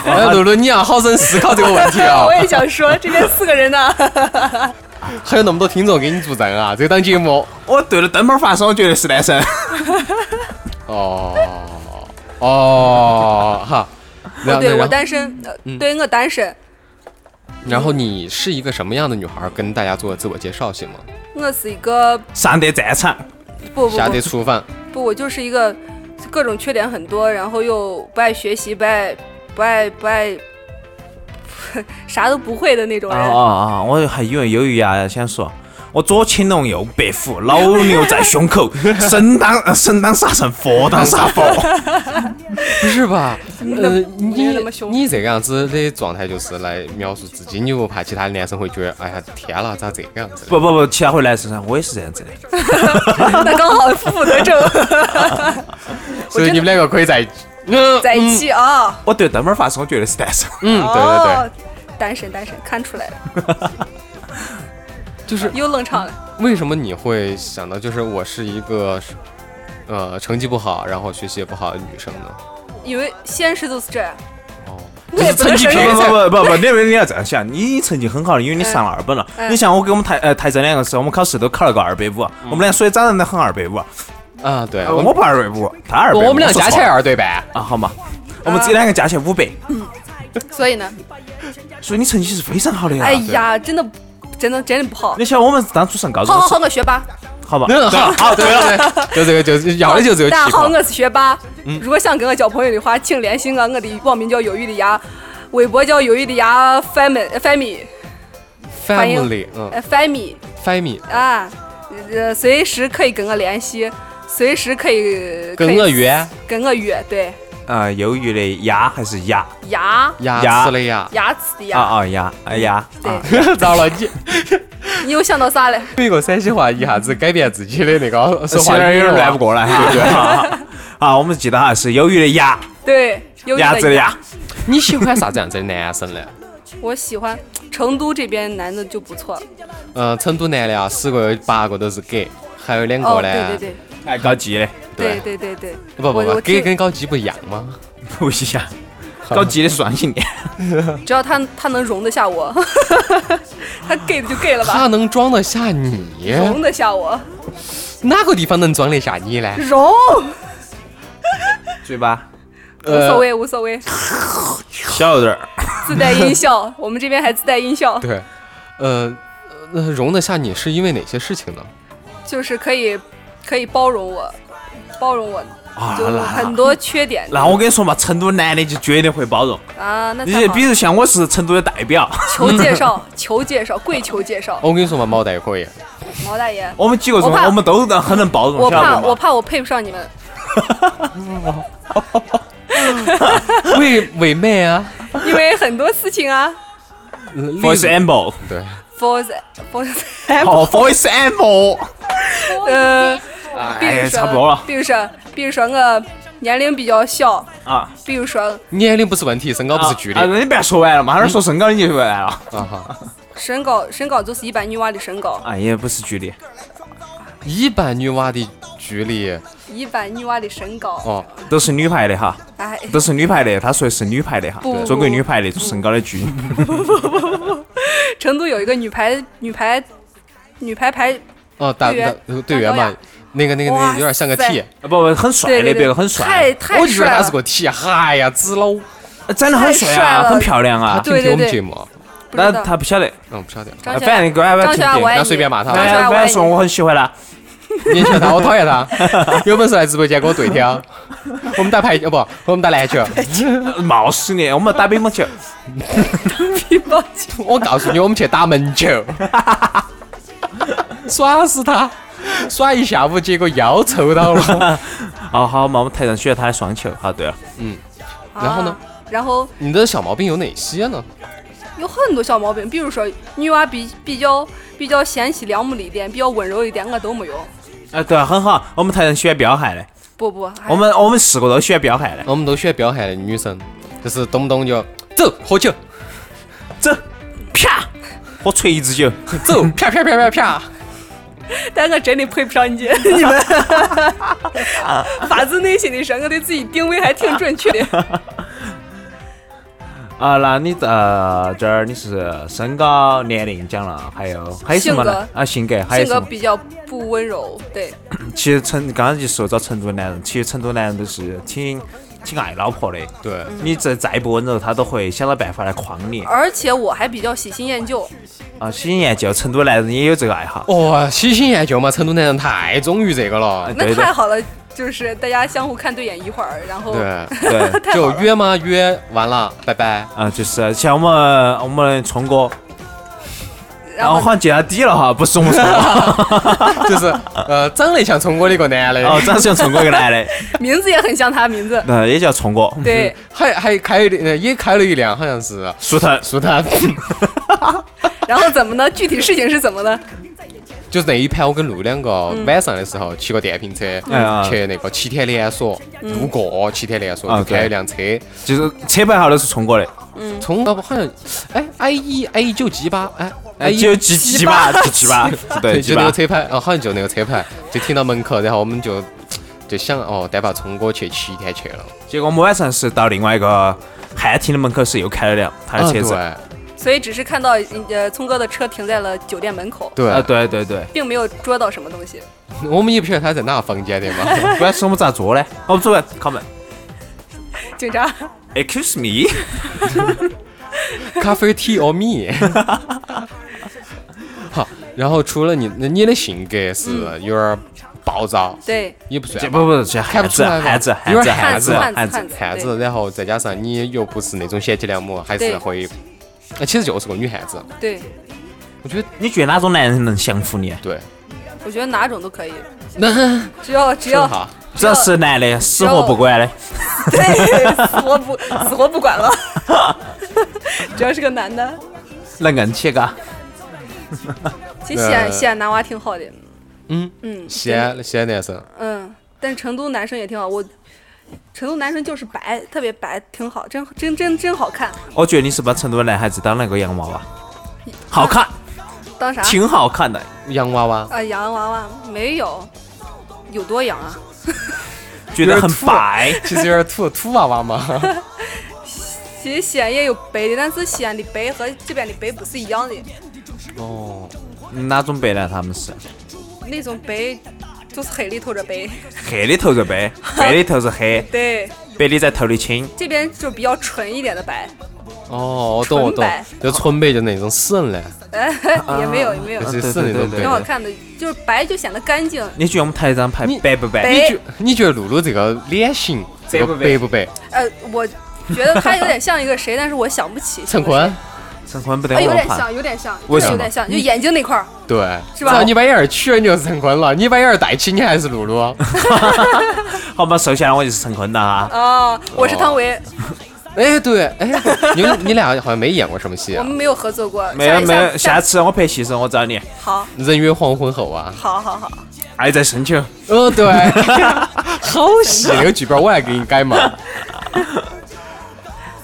S4: 哎，露露，你要好生思考这个 问题啊
S2: 我也想说，这边四个人 呢，
S4: 还有那么多听众给你助阵啊，这档节目
S6: 我对着灯泡发声，我绝对是单身。
S4: 哦哦哈。然后呢
S2: 对我
S4: 然后嗯
S2: 单身，呃对我单身，
S4: 然后你是一个什么样的女孩儿？跟大家做自我介绍行吗？
S2: 我是一个
S6: 上得战场，
S2: 不不
S4: 下
S2: 不
S4: 得厨房，
S2: 不，我就是一个各种缺点很多，然后又不爱学习，不爱不爱不爱， 啥都不会的那种
S6: 啊
S2: 人。
S4: 哦
S6: 啊啊！我还以为鱿鱼啊，想说。我左青龙右白虎，老牛在胸口，神当 呃神当杀神，佛当杀佛。
S4: 不是吧？呃，
S2: 没有那
S4: 你
S2: 么凶
S4: 你这个样子的状态就是来描述自己，你不怕其他的男生会觉得，哎呀，天啦，咋这个样子的？
S6: 不不不，其他回来身上我也是这样子的。
S2: 那刚好负负得正，
S4: 所以你们两个可以在，嗯，
S2: 在一起啊。
S6: 我对灯泡发声，我绝对是单身。
S4: 嗯，对对对，
S2: 哦，单身单身，看出来了，
S4: 就是
S2: 又冷场了。
S4: 为什么你会想到就是我是一个，呃，成绩不好，然后学习也不好的女生呢？
S2: 因为现实就是这样，
S4: 哦，
S2: 我也不 能承认
S6: 不。不不不不，你你要这样想，你成绩很好，因为你上了二本了。
S2: 嗯
S6: 你像我跟我们台呃台政两个是，我们考试都考了个二百五，啊我们俩所以长得很二百五，
S4: 啊，对，
S6: 呃
S4: 我
S6: 我不二百五，他二百
S4: 我
S6: 五，
S4: 我们俩
S6: 说
S4: 加
S6: 错
S4: 起来
S6: 了
S4: 二对半，
S6: 啊，好嘛，我们这两个加起来五百，
S2: 所以呢，
S6: 所以你成绩是非常好的呀。
S2: 哎呀，真的不，真的真的不好。
S6: 你想我们当初上高中
S2: 好
S6: 的
S2: 好
S6: 时
S2: 好，
S6: 候，
S2: 我学霸。
S6: 好吧，
S4: 嗯，好，好，对
S6: 对了，
S4: 对对，就这个，就是要的就只有
S2: 大家
S4: 气
S2: 好，
S4: 泡。
S2: 我是学霸。如果想跟我交朋友的话，请联系我，我的网名叫有鱼的牙，微博叫有鱼的牙 family family 欢迎
S4: Family，嗯
S2: 呃 family
S4: ，Family，
S2: 啊，呃，随时可以跟我联系，随时可以
S4: 跟
S2: 可
S4: 我
S2: 以
S4: 约
S2: 跟我约，对，
S6: 呃，鱿鱼的鸭还是鸭
S2: 牙
S4: 牙
S6: 牙
S4: 齿的牙。
S2: 牙齿的牙，
S6: 啊啊鸭啊鸭啊，
S2: 对，
S4: 糟了，你
S2: 你又想到啥了？
S4: 有一个陕西话一下子改变自己的那个说话
S6: 现在有点
S4: 语
S6: 乱
S4: 了
S6: 不。过来哈。对啊 啊，我们记得哈是鱿鱼的鸭，
S2: 对，有
S6: 鸭子的
S2: 牙
S6: 鸭，。
S4: 你喜欢啥子样子的男生呢？
S2: 我喜欢成都这边男的就不错，
S4: 嗯，成都男的啊，十个有八个都是 gay，还有两
S2: 哦，
S4: 个
S2: 对对
S4: 呢，
S2: 对，
S6: 哎爱搞基的，
S2: 对对对对，
S4: 不不
S2: 我
S4: 不，
S2: 我
S4: 跟
S2: 听
S4: 跟高级不一样吗？
S6: 不一样， 搞基的双性恋，
S2: 只要他他能容得下我， 他 gay 的就 gay 了吧，
S4: 他能装得下你？
S2: 容得下我，
S4: 哪个地方能装得下你呢？
S2: 容
S6: 嘴巴
S4: 呃
S2: 无所
S6: 呃
S2: 谓无所谓，
S6: 小一点儿，
S2: 自带音 效，我们这边还自带音效，
S4: 对，呃，那容得下你是因为哪些事情呢？
S2: 就是可以可以包容我，包容我，
S6: 啊
S2: 就是
S6: 那
S2: 很多缺点
S6: 那我跟你说嘛，成都男的就绝对会包容，
S2: 啊，那
S6: 你
S2: 太好
S6: 比
S2: 了
S6: 如像我是成都的代表，
S2: 求介绍求介绍跪求介绍，
S6: 哦
S4: 我跟你说嘛，毛大可以，
S2: 毛大爷，
S6: 我们几个中
S2: 我怕
S6: 我们都能很能包容，
S2: 我
S6: 晓
S2: 怕
S6: 得
S2: 我
S6: 不嘛？
S2: 怕我配不上你们，
S4: 为为妹啊，
S2: 因为很多事情啊
S4: 呃例
S6: ，For
S4: 子
S6: example，
S4: 对，
S2: ，for the- for the-
S6: 哦，For example，
S2: 呃，比
S6: 哎
S2: 如
S6: 呀，
S2: 说，
S6: 差不多了
S2: 比如说，比如说我年龄比较小，
S6: 啊。
S2: 比如说
S4: 年龄不是问题，身高不是距离
S6: 啊，那你不要说完了嘛，他说身高你就说完了。
S4: 啊哈。
S2: 身高，身高就是一般女娃的身高，
S6: 啊，也不是距离，
S4: 一般女娃的距离
S2: 一般女娃的身高，
S4: 哦，
S6: 都是女排的哈，
S2: 哎，
S6: 都是女排的。他说的是女排的哈
S2: 不，
S6: 中国女排那种身高的距离。
S2: 成都有一个女排，女排，女排排，
S4: 哦，打
S2: 队员
S4: 打队员嘛
S2: 高，
S4: 那个那个那
S2: 哇
S4: 个有点像个
S2: 塞
S4: T，
S6: 啊不不，很帅
S2: 对
S6: 的，
S2: 对
S6: 别
S2: 对，
S6: 个很
S2: 太
S6: 帅，啊
S2: 太
S4: 我就觉
S2: 帅
S4: 得他是
S2: 了，
S4: 个 T，嗨呀，纸老
S6: 真的很帅
S2: 太帅
S6: 啊，
S2: 了
S6: 很漂亮
S4: 他
S6: 啊。
S4: 听不
S2: 对
S4: 听我
S2: 对
S4: 们
S2: 对
S4: 节目啊？
S2: 不知
S6: 那
S2: 道
S6: 他不晓得，
S4: 嗯，不晓得，
S2: 张
S6: 反
S2: 学友
S6: 正乖乖
S2: 张
S6: 听
S2: 学友，
S6: 听
S2: 我。爱
S4: 那
S2: 你，
S4: 随便骂他
S2: 张
S6: 反
S2: 学
S6: 正
S2: 友，我
S6: 反
S2: 爱
S6: 正哎说
S2: 你，
S6: 我很喜欢他，
S4: 你喜欢他，我讨厌他。有本事来直播间给我对挑，我们打排哦球不？我们打篮球。
S6: 呃 冒死你！我们打乒乓球，
S2: 乒乓球，
S4: 我告诉你，我们去打门球，耍死他，耍一下午，结果腰抽到了。
S6: 哦好嘛，我们台上喜欢他的双球。好，对啊了，
S4: 然后呢
S2: 啊？然后
S4: 你的小毛病有哪些呢？
S2: 有很多小毛病，比如说女娃比比较比较贤妻良母的一点，比较温柔的一点，我都没有。
S6: 啊对，很好，我们台上喜欢彪悍的，
S2: 不哎不，还
S6: 我们我们四个都喜欢彪悍的。
S4: 我们都喜欢彪悍的女生，就是动不动就走喝酒，
S6: 走，啪，我锤子酒。
S4: 走啪啪啪啪啪。
S2: 但我真的配不上 你，你们发自内心的说，我对自己定位还挺准确 的。
S6: 啊，那你呃这儿你是身高、年龄讲了，还有还有什么呢
S2: 性？格
S6: 啊，性格还有
S2: 性格
S6: 什么？
S2: 比较不温柔，对，
S6: 其实成刚刚就说到成都男人，其实成都男人都是挺挺爱老婆的。
S4: 对，
S6: 你再再不温柔，他都会想到办法来诓你
S2: 而且我还比较喜新厌旧，
S6: 啊！显然，就成都男人也有这个爱好。
S4: 哇，喜新厌旧嘛，成都男人太忠于这个了。
S2: 那
S6: 对的
S2: 太好了，就是大家相互看对眼一会儿，然后
S4: 对，
S6: 对，
S4: 就约嘛约完了，拜拜。
S6: 啊，就是像我们我们聪哥，
S2: 然
S6: 啊我好
S2: 后
S6: 像见他底了哈，不是我们聪 哥，
S4: 就是呃，长得像聪哥的一个男的，
S6: 哦，长得像聪哥一个男的，
S2: 名字也很像他名 字，
S6: 那也叫聪哥，
S2: 对，
S4: 还还开了呃也开了一辆，好像是
S6: 舒腾。
S4: 苏丹，
S2: 然后怎么呢？具体事情是怎么呢？
S4: 就是那一盘，我跟露两个晚上的时候骑个电瓶车
S6: 嗯
S4: 去那个七天连锁路过七天连锁，
S6: 啊
S4: 就开
S6: 对
S4: 一辆车，
S6: 就是车牌号都是聪哥的，
S4: 从那不好像哎 i 一 i 一九 G 八哎 i
S6: 哎，
S4: 一
S6: 只有 G G 八 G 八，对
S4: 对，
S6: G
S4: 就那
S6: 八
S4: 个，车牌哦，好像就那个车牌，就停到门口，然后我们就就想哦，带把聪哥去七天去了，
S6: 结果我们晚上是到另外一个汉庭的门口是又开了辆他的
S4: 啊
S6: 车子，
S2: 所以只是看到呃聪哥的车停在了酒店门口，
S4: 对
S6: 啊
S4: 对，
S6: 对对对，
S2: 并没有捉到什么东西。
S4: 我们也不晓得他在哪个房间的嘛。
S6: 不然是我们咋做呢？我们主任，come
S2: 警察
S6: on，excuse me，
S4: 咖啡 tea or me 。 好，然后除了你，那你的性格是有点暴躁，
S2: 嗯对
S4: 也不算
S6: 这不不，这汉
S4: 看不出
S6: 子
S4: 来吧
S6: 汉子
S4: 有
S6: 汉子
S4: 点
S6: 汉子
S2: 汉子
S6: 汉
S2: 汉
S6: 子
S2: 子，
S4: 汉子，然后再加上你又不是那种贤妻良母，还是
S2: 对
S4: 会，呃其实就是个女汉子。
S2: 对，
S4: 我觉得
S6: 你觉得哪种男人能降服你？
S4: 对，
S2: 我觉得哪种都可以，
S4: 那
S2: 只要只
S4: 说
S2: 要
S4: 哈，
S6: 只要是男的，死活不管的，
S2: 对，死活不死活不管了。 只要是个男的，
S6: 能硬起嘎。
S2: 其实西
S4: 呃
S2: 安西安男娃挺好的，
S4: 嗯
S2: 嗯
S4: 西安西安男生，
S2: 嗯，但成都男生也挺好。我成都男生就是白，特别白，挺好，真真真真好看。
S6: 我觉得你是把成都的男孩子当那个洋娃娃，好看，
S2: 当啥？
S6: 挺好看的。
S4: 洋娃娃，
S2: 啊，洋娃娃没有，有多洋啊？
S6: 觉得很败。
S4: 其实有点土土娃 娃嘛。
S2: 其实西安也有北的，但是西安的北和这边的北不是一样的。
S4: 哦，
S6: 嗯哪种白呢？他们是
S2: 那种白就是黑里透着白，
S6: 黑的透着白，白的透着黑，
S2: 对，
S6: 白的在透的青。
S2: 这边就比较纯一点的白，
S4: 哦，我懂我
S2: 纯
S4: 懂
S2: 白，
S4: 就纯白就那种死人嘞，
S2: 哎，也没有也没有，
S4: 就是
S6: 啊对
S4: 死那种
S6: 对对
S2: 挺好
S4: 白。
S2: 看的，就是白就显得干净，
S6: 你觉得我们台长拍
S4: 你
S6: 白不白？
S2: 白
S4: 你觉你觉得露露这个脸型，这个白
S6: 白
S4: 不白？
S2: 呃，我觉得他有点像一个谁，但是我想不 起
S4: 陈坤，
S6: 陈坤不得
S2: 哎，有
S6: 我
S2: 点
S6: 怕。嗯
S2: 像，有点像，
S6: 为
S2: 真的有
S6: 什么
S2: 点像，就眼睛那块儿，
S4: 对，
S2: 是吧
S4: 只要你把眼儿取了，你就是陈坤了；你把眼儿戴起，你还是露露。
S6: 好吧，瘦下来我就是陈坤了哈。
S2: 啊，我是汤唯，
S4: 哎，对，哎，你们你俩好像没演过什么戏
S2: 我
S4: 啊
S2: 们？没有合作过，
S6: 没有
S2: 下
S6: 没有，
S2: 下
S6: 下次我拍戏时候我找你。
S2: 好，
S4: 人约黄昏后啊。
S2: 好好好，
S6: 爱在深秋。
S4: 哦， 对，好戏那个剧本我还给你改嘛。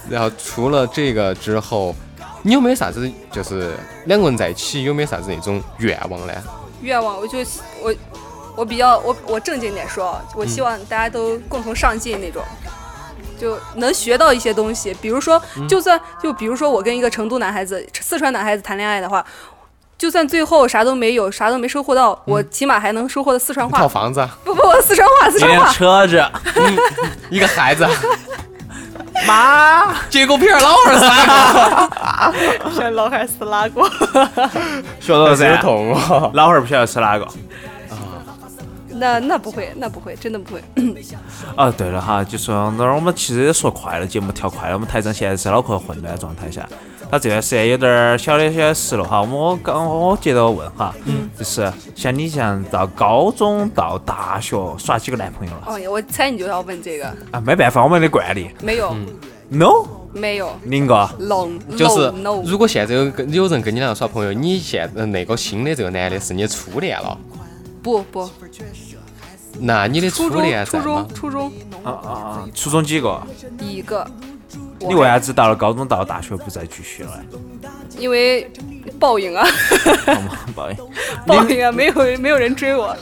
S4: 然后除了这个之后，你有没有啥子就是两个人在一起有没有啥子那种愿望嘞？
S2: 愿望我就我我比较我我正经点说，我希望大家都共同上进那种。就能学到一些东西，比如说，就算就比如说我跟一个成都男孩子、四川男孩子谈恋爱的话，就算最后啥都没有，啥都没收获到，我起码还能收获到四川
S4: 一
S2: 话
S4: 套。房子，啊
S2: 不不，我四川话，四
S6: 你
S2: 川
S6: 辆
S2: 话。
S6: 车子，
S4: 一个孩子，啊
S6: 妈，
S4: 结果皮儿老二三
S3: 像老汉是哪个？
S6: 学到
S4: 个，
S6: 了噻。
S4: 痛哦。
S6: 老汉儿不晓得是哪个。
S2: 那那不会，那不会，真的不会。
S6: 哦，对了哈，就说那我们其实也说快了，节目调快了。我们台长现在是脑壳混乱状态下，他这段时间有点儿小的小的失落哈。我刚我接着问哈，嗯，就是像你像到高中到大学耍几个男朋友了
S2: 哦，我猜你就要问这个，
S6: 啊？没办法，我们的惯例
S2: 没有，
S6: ，no，
S2: 没有
S6: 零个。
S2: ，long，
S4: 就是，
S2: no，
S4: 如果现在有跟有人跟你俩耍朋友，你现呃那个新的这个男的是你初恋了，
S2: 不不，
S4: 那你的
S2: 初
S4: 初
S2: 中
S4: 恋在
S2: 初
S4: 吗
S2: 中？初中
S6: 啊啊啊！初中几个？
S2: 一 个，我
S4: 啊
S6: 你为啥子到了高中到大学不再继续了？
S2: 因为报应啊，
S6: 好吗，抱歉。
S2: 报应啊，没有没有人追我，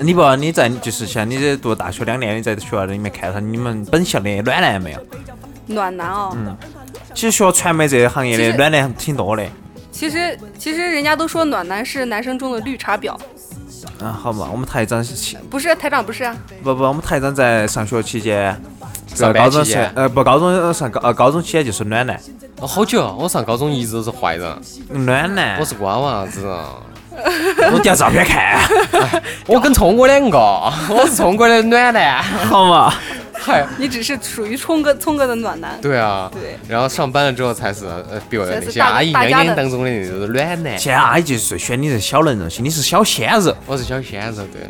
S6: 你不，你在就是像你这读大学两年，你在学校里面看到你们本校的暖男没有？
S2: 暖男啊。
S4: 嗯
S6: 其实学传媒这个行业
S2: 其
S6: 的
S2: 实
S6: 暖男挺多的。
S2: 其实其实人家都说暖男是男生中的绿茶婊，
S6: 啊，好嘛，我们台长是
S2: 不是台长不是啊，
S6: 不不，我们台长在上学期间，
S4: 上班
S6: 高中
S4: 期间
S6: 是呃不高中呃上高呃高中期间就是暖男，
S4: 哦，好久啊，我上高中一直都是坏人，
S6: 暖男，
S2: 哎
S4: 我是瓜娃子啊。
S6: 我调照片看，
S4: 我跟聪哥 两个，我是聪哥的暖 男。
S6: 好嘛，
S4: 嗨，
S2: 你只是属于聪哥聪哥的暖男，
S4: 对啊，
S2: 对。
S4: 然后上班了之后才是，呃，比如
S2: 才是
S4: 那些
S2: 大
S4: 阿姨
S2: 大
S4: 娘
S2: 家
S4: 娘
S2: 的
S4: 当中的那种暖男。
S6: 现在阿姨就是最喜欢你这小能人型，你是小鲜肉，
S4: 我是小鲜肉，对，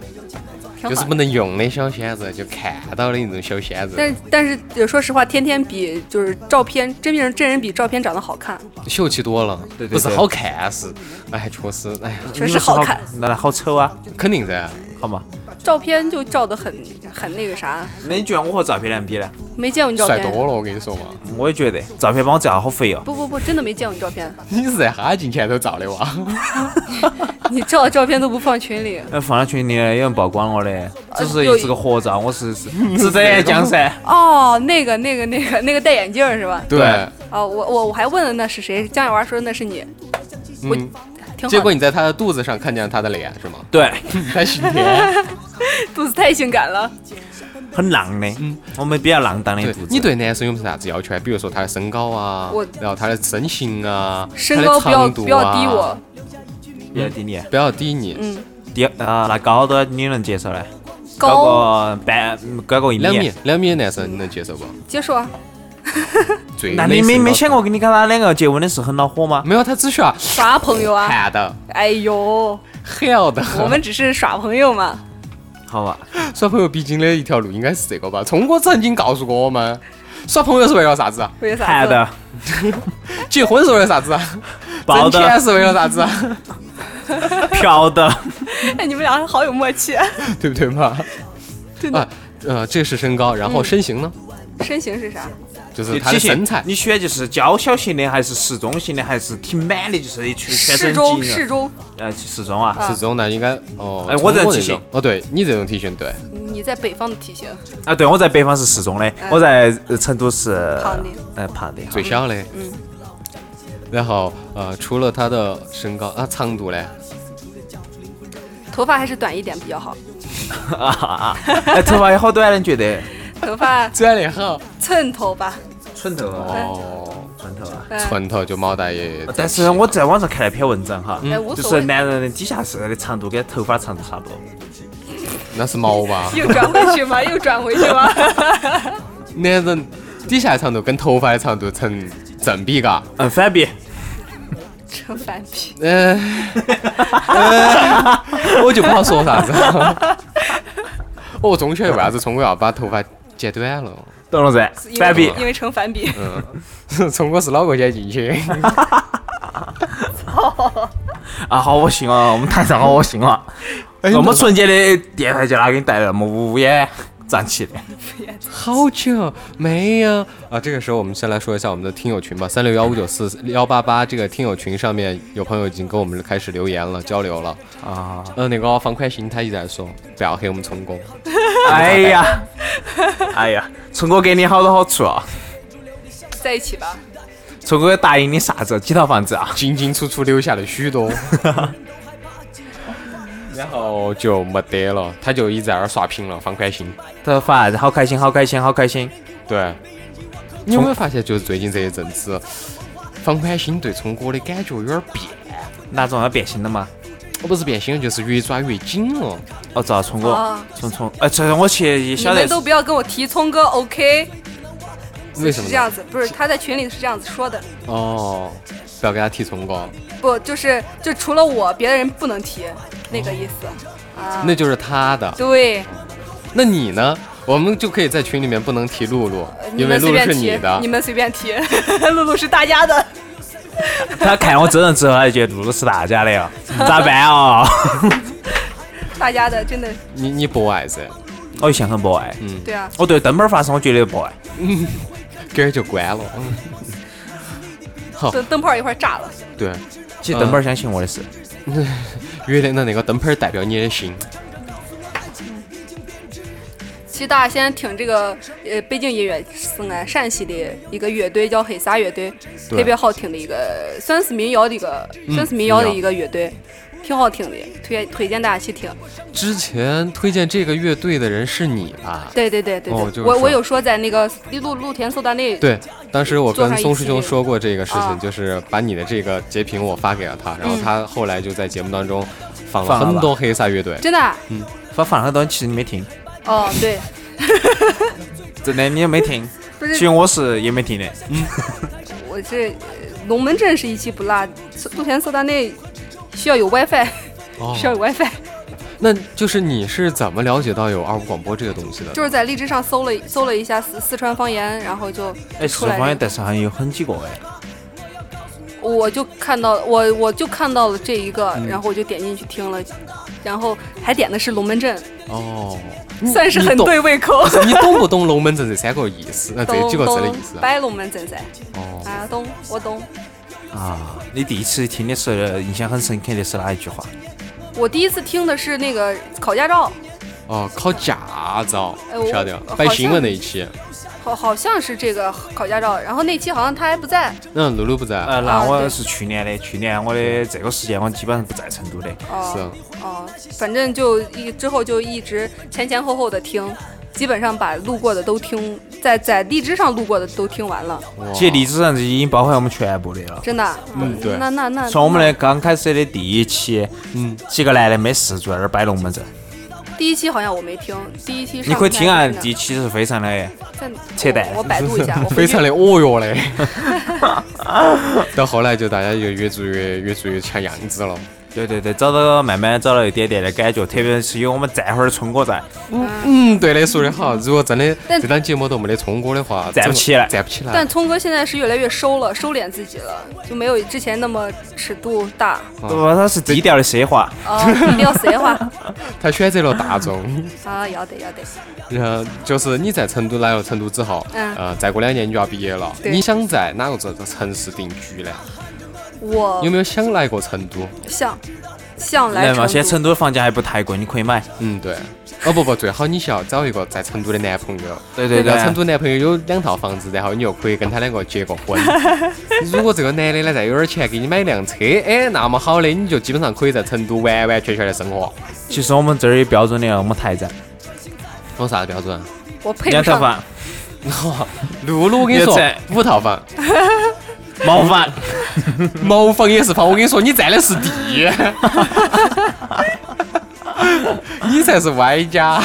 S2: 挺
S4: 就是
S2: 好
S4: 不。能用的小鲜肉，就看到的那种小鲜
S2: 但
S4: 肉。
S2: 是但是呃说实话，天天比就是照片真人真人比照片长得好看，
S4: 秀气多了，
S6: 对对
S4: 不是
S6: 对
S4: 好看是，哎，确实，哎呀，
S2: 确
S6: 你
S2: 实
S6: 们是
S2: 好看。，
S6: 那好丑啊，
S4: 肯定噻。
S6: 好嘛，
S2: 照片就照的很很那个啥，
S6: 那你觉得我和照片能比呢？
S2: 没见过你照
S4: 帅
S2: 片。
S4: 多了，我跟你说嘛，
S6: 我也觉得照片帮我照得好肥哦，
S2: 不不不，真的没见过你照片，
S4: 你是在哈进前头照的哇？
S2: 你照的照片都不放群里。
S6: 呃放到群里有人曝光我的，只是
S2: 呃有
S6: 一是个合照，我是 是是这样讲噻，
S2: 哦，那个那个那个那个戴眼镜儿是吧？
S4: 对，
S2: 哦，我我我还问了那是谁，江小娃说那是你，我
S4: 嗯，
S2: 挺
S4: 结
S2: 好
S4: 果
S2: 的，
S4: 你在他的肚子上看见了他的脸是吗？
S6: 对，
S4: 他心甜，
S2: 肚子太性感了。
S6: 很浪的，我们比较浪荡的
S4: 对
S6: 肚，子，
S4: 你对男生有没有啥子要求啊？比如说他的身高啊
S2: 我，
S4: 然后他的身形啊，
S2: 身高不要
S4: 他的长度啊
S2: 不要低我，
S6: 比较低你。
S4: 不要低你，
S2: 嗯，
S6: 第二啊，那高多你能接受呢？
S2: 高
S6: 个半，高个一
S4: 两米。两米的男生你能接受不？
S2: 接受啊，
S4: 最
S6: 那你没
S4: 美身高
S6: 没想过跟你跟他两个结婚的时候很恼火吗？
S4: 没有，他只需要
S2: 耍朋友啊，
S4: 喊的、
S2: 哎呦，
S4: 喊的。
S2: 我们只是耍朋友嘛，
S6: 好吧，
S4: 耍朋友必经的一条路应该是这个吧？聪哥曾经告诉过我们，耍朋友是为了啥子？
S2: 为啥
S6: 谈
S2: 子？
S6: 的，
S4: 结婚是为了啥子？
S6: 抱
S4: 挣
S6: 的
S4: 钱是为了啥子？
S6: 嫖的，
S2: 哎，你们俩好有默契，
S4: 对不对嘛？啊，呃，这是身高，然后身形呢？
S2: 身形是啥？
S4: 就是他的身材
S6: 你喜欢就是娇小型的，还是适中型的，还是挺满的，就是一全
S2: 适
S6: 全身
S2: 中
S6: 紧
S2: 适
S6: 的？
S2: 中，
S6: 呃，适中啊，
S4: 是这种的，应该哦。
S6: 哎我这
S4: 中
S6: 体
S4: 国那种
S6: 型
S4: 哦，对你这种体型对，
S2: 你在北方的体型，
S6: 啊，对，我在北方是适中的，我在呃成都是
S2: 嗯胖的
S6: 呃，胖的。
S4: 最小的。嗯。然后呃，除了他的身高啊，长度嘞，
S2: 头发还是短一点比较好，
S6: 哎，头发有好短的，你觉得？
S2: 头发
S4: 这样也好。
S2: 寸头吧，
S6: 寸头啊，
S4: 哦，
S6: 寸头啊。
S2: 嗯
S4: 寸头就毛大爷。
S6: 但是我在网上看了篇文章
S4: 嗯
S6: 哈，
S2: 哎无
S6: 就
S2: 所谓
S6: 是男人的底下是的长度跟头发长度差不多。
S4: 那是毛吧？
S2: 又转回去吗？又转回去吗？
S4: 男人底下长度跟头发的长度成正比嘎。
S6: 嗯，反比。
S2: 成反比，
S4: 嗯、呃我就不好说啥 子。哦我中学为啥子聪哥要把头发剪短了？
S6: 懂了噻
S2: 因为，
S6: 反比。嗯
S2: 因为成反比，
S4: 聪哥是哪个先进去？
S6: 啊，好恶心哦！我们台上好恶心哦！我们纯洁的电台就拿给你带来了，我们乌烟瘴气的。
S4: 好久没有啊！这个时候我们先来说一下我们的听友群吧，三六幺五九四幺八八这个听友群上面有朋友已经跟我们开始留言了，交流了啊。呃，那个方宽心他一直在说不要黑我们聪哥，
S6: 哎呀， 哎呀，春哥给你好多好处啊！
S2: 在一起吧。
S6: 春哥答应你啥子？几套房子啊？
S4: 进进出出留下了许多，然后就没得了，他就一直在那儿刷屏了，方宽心。
S6: 他发啥子？好开心，好开心，好开心！
S4: 对，你有没有发现，就是最近这一阵子，方宽心对聪哥的感觉有点变，
S6: 哪种要变心的嘛？
S4: 我不是变心了，就是越抓越紧了。
S6: 我知道春哥
S2: 啊，
S6: 春春，哎，春我其实也
S2: 你
S6: 晓得
S2: 们，都不要跟我提聪哥，OK？
S4: 为
S2: 是
S4: 什么
S2: 这
S4: 呢？
S2: 样子，不是他在群里是这样子说的，
S4: 哦，不要给他提重光，
S2: 不就是就除了我，别的人不能提，那个意
S4: 哦
S2: 思。
S4: 那就是他的。
S2: 对，
S4: 那你呢？我们就可以在群里面不能提露露，
S2: 你
S4: 因为
S2: 们随
S4: 露露
S2: 便
S4: 是
S2: 提，
S4: 的
S2: 呃你。们随便提， 露露是大家的。
S6: 他看我真人之后，他哎就觉得露露是大家的哟，咋办哦？
S2: 大家的真的
S4: 你你不爱噻，
S6: 我以前很不爱，
S2: 对啊，
S6: 我对灯泡发声，我绝对不爱。
S4: 给儿就关了。嗯
S2: 灯灯泡一会儿炸了，
S4: 对，
S6: 其实灯泡相信我的事，
S4: 月亮的那个灯泡儿代表你的心。
S2: 其实大家先听这个呃北京音乐是俺陕西的一个乐队叫黑撒乐队，特别好听的一个算是民谣的一个
S4: 嗯
S2: 算是民谣的一个乐队，挺好听的，推推荐大家去听。
S4: 之前推荐这个乐队的人是你吧？
S2: 对对对对对，
S4: 哦就是
S2: 我
S4: 说
S2: 我有说在那个露露田搜到那
S4: 对，当时我
S2: 做
S4: 跟
S2: 上一
S4: 松师
S2: 期
S4: 兄
S2: 这个
S4: 说过这个事
S2: 啊嗯
S4: 情，就是把你的这个截屏我发给了他，然后他后来就在节目当中放
S6: 放
S4: 了
S6: 了
S4: 很
S6: 吧
S4: 多黑撒乐队。
S2: 真的啊
S6: 我放了很多，其实你没听，
S2: 哦对，
S6: 真的你也没听。
S2: 不
S6: 其实
S2: 是
S6: 我是也没听的，
S2: 我是呃龙门阵是一期不落，露田搜到那需要有 WiFi，
S4: 哦
S2: 需要有 WiFi，
S4: 那就是你是怎么了解到有二五广播这个东西的？
S2: 就是在荔枝上搜了搜了一下四四川方言，然后就
S6: 哎，四
S2: 出来
S6: 川方
S2: 这
S6: 言，
S2: 个
S6: 但是好像有很几个哎，
S2: 我就看到我我就看到了这一个，
S4: 嗯
S2: 然后我就点进去听了，然后还点的是龙门阵，
S4: 哦，
S2: 算是很
S4: 你懂。
S2: 对胃 口。
S4: 你懂不懂龙门阵这三个意思？那这
S2: 懂
S4: 几个字的
S2: 懂
S4: 意思，啊？
S2: 白龙门阵噻，
S4: 哦，
S2: 啊懂我懂。
S6: 啊，你第一次听的时候印象很深刻的是哪一句话？
S2: 我第一次听的是那个考驾照，
S4: 哦，考驾照
S2: 哎我，
S4: 晓得
S2: 好像
S4: 摆新闻那一期，
S2: 好好像是这个考驾照，然后那期好像他还不在，
S4: 嗯，露露不在，
S6: 呃，
S2: 啊
S6: 那
S2: 对
S6: 我是去年的，去年我的这个时间我基本上不在成都的。
S2: 哦
S4: 是啊
S2: 哦，反正就一之后就一直前前后后的听，基本上把路过的都听，在在荔枝上路过的都听完了，
S4: 哇
S6: 其实荔枝上就已经包含我们全部的了。
S2: 真的。啊
S4: 嗯对
S2: 那那那
S6: 从我们的刚开始的第一期，
S4: 嗯，
S6: 几个男的没事坐在那儿摆龙门阵，
S2: 第一期好像我没听，第一期上
S6: 你可以听啊，
S2: 在哪
S6: 第一期是非常的，
S2: 在
S6: 扯淡
S2: 我我百度一下，我
S4: 非常
S2: 的
S4: 的哦 哟嘞。 到后来就大家就越做越越做越像样子了，
S6: 对对对，找到慢慢找到一点点的感觉，特别是有我们站会儿春哥在，
S4: 嗯，对的，说的好。如果真的
S2: 但
S4: 这档节目都没得聪哥的话，
S6: 站不起来
S4: 站不起来
S2: 但。聪哥现在是越来越收了，收敛自己了，就没有之前那么尺度大。
S6: 不不，他是低调的奢华，
S2: 哦，你聊谁话？
S4: 他选择了大众，
S2: 啊，要得要得。
S4: 然后就是你在成都来了成都之后，
S2: 嗯
S4: 呃，再过两年你就要毕业了，
S2: 对
S4: 你想在哪个这个城市定居呢？
S2: 我
S4: 有没有想来过成都？
S2: 想想来
S6: 来嘛，
S2: 成
S6: 现在
S2: 都
S6: 成都的房价还不太贵，你可以买。
S4: 嗯，对。哦不不，最好你是要找一个在成都的男朋友。
S6: 对对对
S4: 要成都男朋友有两套房子，然后你又可以跟他两个结个婚。如果这个男的呢再有点钱给你买一辆车，哎，那么好的，你就基本上可以在成都完完全全的生活。
S6: 其实我们这儿有标准的，我们台站，
S4: 有啥标准？
S2: 我配
S6: 两
S2: 不
S6: 套
S2: 上，
S6: 房，
S4: 露露，我跟你说
S6: 也在，
S4: 五套房，
S6: 毛房，
S4: 茅房也是房。我跟你说，你占的是地，你才是歪家。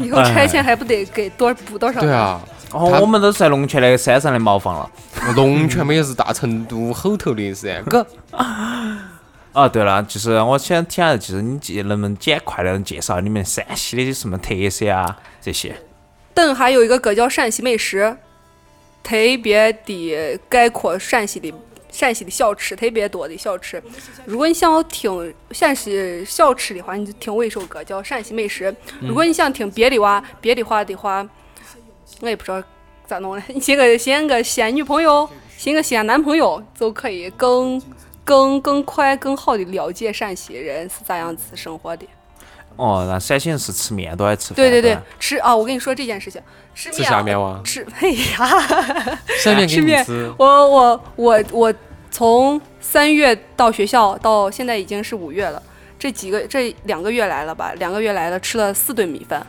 S2: 以后拆迁还不得给多补多少？
S4: 哎对，啊，
S6: 哦，我们都是在龙泉那个山上的茅房了。
S4: 龙泉嘛也是大成都后头的噻，哥。
S6: 哦，对了，就是我想听下，就是你介能不能简快的介绍你们陕西的什么特色啊这些？
S2: 邓还有一个歌叫陕西美食，特别的概括陕西的陕西的小吃，特别多的小吃。如果你想要听陕西小吃的话，你就听我一首歌叫《陕西美食》。
S4: 嗯
S2: 如果你想听别的话，别的话的话，我也不知道咋弄了。 你寻个寻个西安女朋友，寻个西安男朋友，就可以更更更快、更好的了解陕西人是咋样子生活的。
S6: 哦，那陕西人是吃面多还是吃饭多
S2: 对
S6: 啊？
S2: 对对，吃啊！我跟你说这件事情，吃
S4: 吃
S2: 面
S4: 下
S2: 啊
S4: 面哇，
S2: 吃，哎呀，
S4: 下面给
S2: 吃
S4: 你
S2: 面
S4: 吃，。
S2: 我我我我从三月到学校到现在已经是五月了，这几个这两个月来了吧，两个月来了吃了四顿米饭，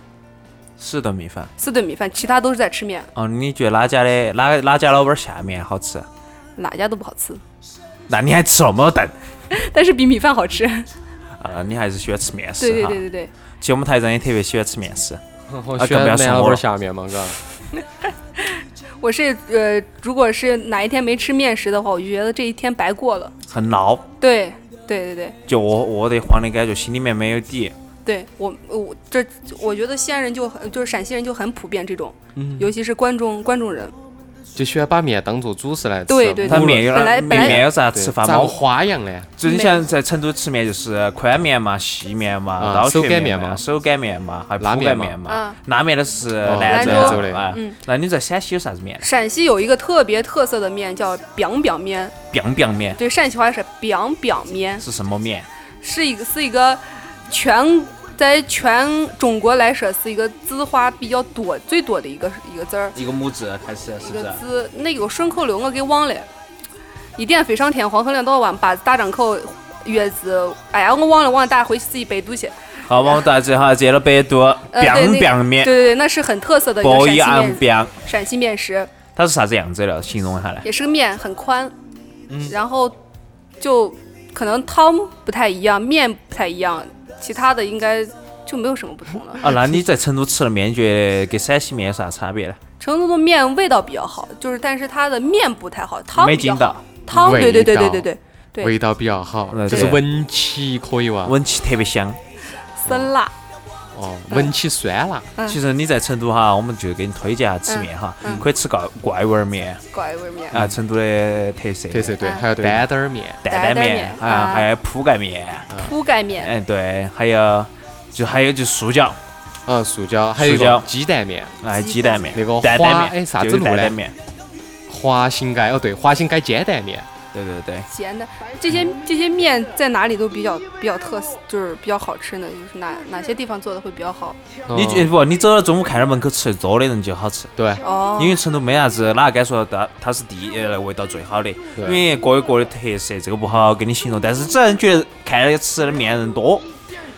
S6: 四顿米饭。
S2: 四顿米饭，其他都是在吃面，
S6: 哦，你觉得哪家的哪哪家老板下面好吃？
S2: 哪家都不好吃，
S6: 那你还吃那么顿？
S2: 但是比米饭好吃。
S6: 啊，你还是喜欢吃面食
S2: 对对
S6: 哈
S2: 对。对对，
S6: 其实我们台长也特别喜欢吃面食。
S4: 我
S6: 啊
S4: 喜
S6: 更不
S4: 欢
S6: 要
S4: 南
S6: 送
S4: 老
S6: 我
S4: 板
S6: 了
S4: 下哦面嘛，哥。
S2: 我是呃，如果是哪一天没吃面食的话，我就觉得这一天白过了。
S6: 很闹，
S2: 对对对对
S6: 就饿饿得慌的感觉，心里面没有底。
S2: 对，我我这我觉得西安人就很就是陕西人就很普遍这种，尤其是关中关中人。
S4: 就喜欢把面当做主食来吃。
S2: 对对
S4: 无
S6: 他
S4: 论
S6: 面有
S2: 本来
S6: 点
S2: 本来
S6: 面有啥
S4: 对
S6: 吃法
S4: 咋
S6: 吗
S4: 个？花样呢？
S6: 就你像在成都吃面，就是宽面嘛、细面嘛、
S4: 啊
S6: 刀削
S4: 手擀面
S6: 嘛、
S4: 嘛
S6: 手擀面嘛，还有
S4: 拉
S6: 铺
S4: 面
S6: 盖
S4: 嘛
S6: 面嘛
S2: 啊。嗯
S6: 拉面的是兰
S2: 兰
S6: 州
S2: 州
S4: 的
S6: 啊。那你在陕西有啥子面呢
S2: 陕西有一个特别特色的面叫 biang biang 面，
S6: ？biang biang 面
S2: 对，陕西话是 biang biang 面，
S6: 是什么面？
S2: 是一个是一个全在全中国来说是一个字花比较多最多的一个一个字儿，
S6: 一个木字开始，是
S2: 一个字那个顺口溜我给忘了，一点飞上天，黄河两道弯，八字大张口，月子，哎呀我忘了忘了，大家回去自己百度去。
S6: 好，我们大家哈，接了百度
S2: 呃，对
S6: biang
S2: 那
S6: biang
S2: 对
S6: 面
S2: 对对，那是很特色的一个
S6: ，boy
S2: 陕
S6: ang
S2: 西面
S6: biang，
S2: 陕西面食。
S6: 它是啥子样子的？形容一下来。
S2: 也是个面，很宽，
S6: 嗯
S2: 然后就可能汤不太一样，面不太一样，其他的应该就没有什么不同了。
S6: 啊，那你在成都吃的面，觉得跟陕西面有啥差别呢？
S2: 成都的面味道比较好，就是但是它的面不太好，汤
S6: 没
S2: 比
S6: 劲
S2: 较
S6: 道
S2: 好，，汤
S4: 味
S2: 对对对对
S4: 道
S2: 对对，对
S4: 味道比较好
S6: 对，
S4: 就是
S6: 对
S4: 闻起可以哇。
S6: 闻起特别香。
S2: 酸辣，
S4: 哦，闻起酸辣。
S2: 嗯
S6: 其实你在成都哈，我们就给你推荐下吃面哈，可以吃怪怪味儿面
S2: 怪味面，
S6: 啊，成都的特色
S4: 特色对，
S2: 嗯
S4: 还有担担儿面，
S6: 担担
S2: 担担
S6: 面
S2: 面
S6: 啊，
S2: 啊
S6: 还有铺盖面，
S4: 啊
S2: 铺盖面，
S6: 哎对，还有就还有就素饺，
S4: 嗯，素饺，还有一
S6: 素饺
S4: 个鸡蛋面，
S6: 哎鸡蛋面，
S4: 那个
S6: 担
S4: 花
S6: 担面，
S4: 哎啥
S6: 就
S4: 子
S6: 是
S4: 路
S6: 担
S4: 嘞
S6: 担面，
S4: 华新街哦对，华新街煎蛋面。
S6: 对对对，
S2: 咸的，这些这些面在哪里都比较比较特色，就是比较好吃呢，就是哪哪些地方做的会比较好
S6: 你
S4: 嗯
S6: 觉不？你走到中午看到门口吃的多的人就好吃。
S4: 对，
S2: 哦
S6: 因。为成都没啥子哪个敢说它它是第一呃味道最好的，因
S4: 对
S6: 为各有各的特色，这个不好给你形容。但是只要你觉得看那个吃的面人多，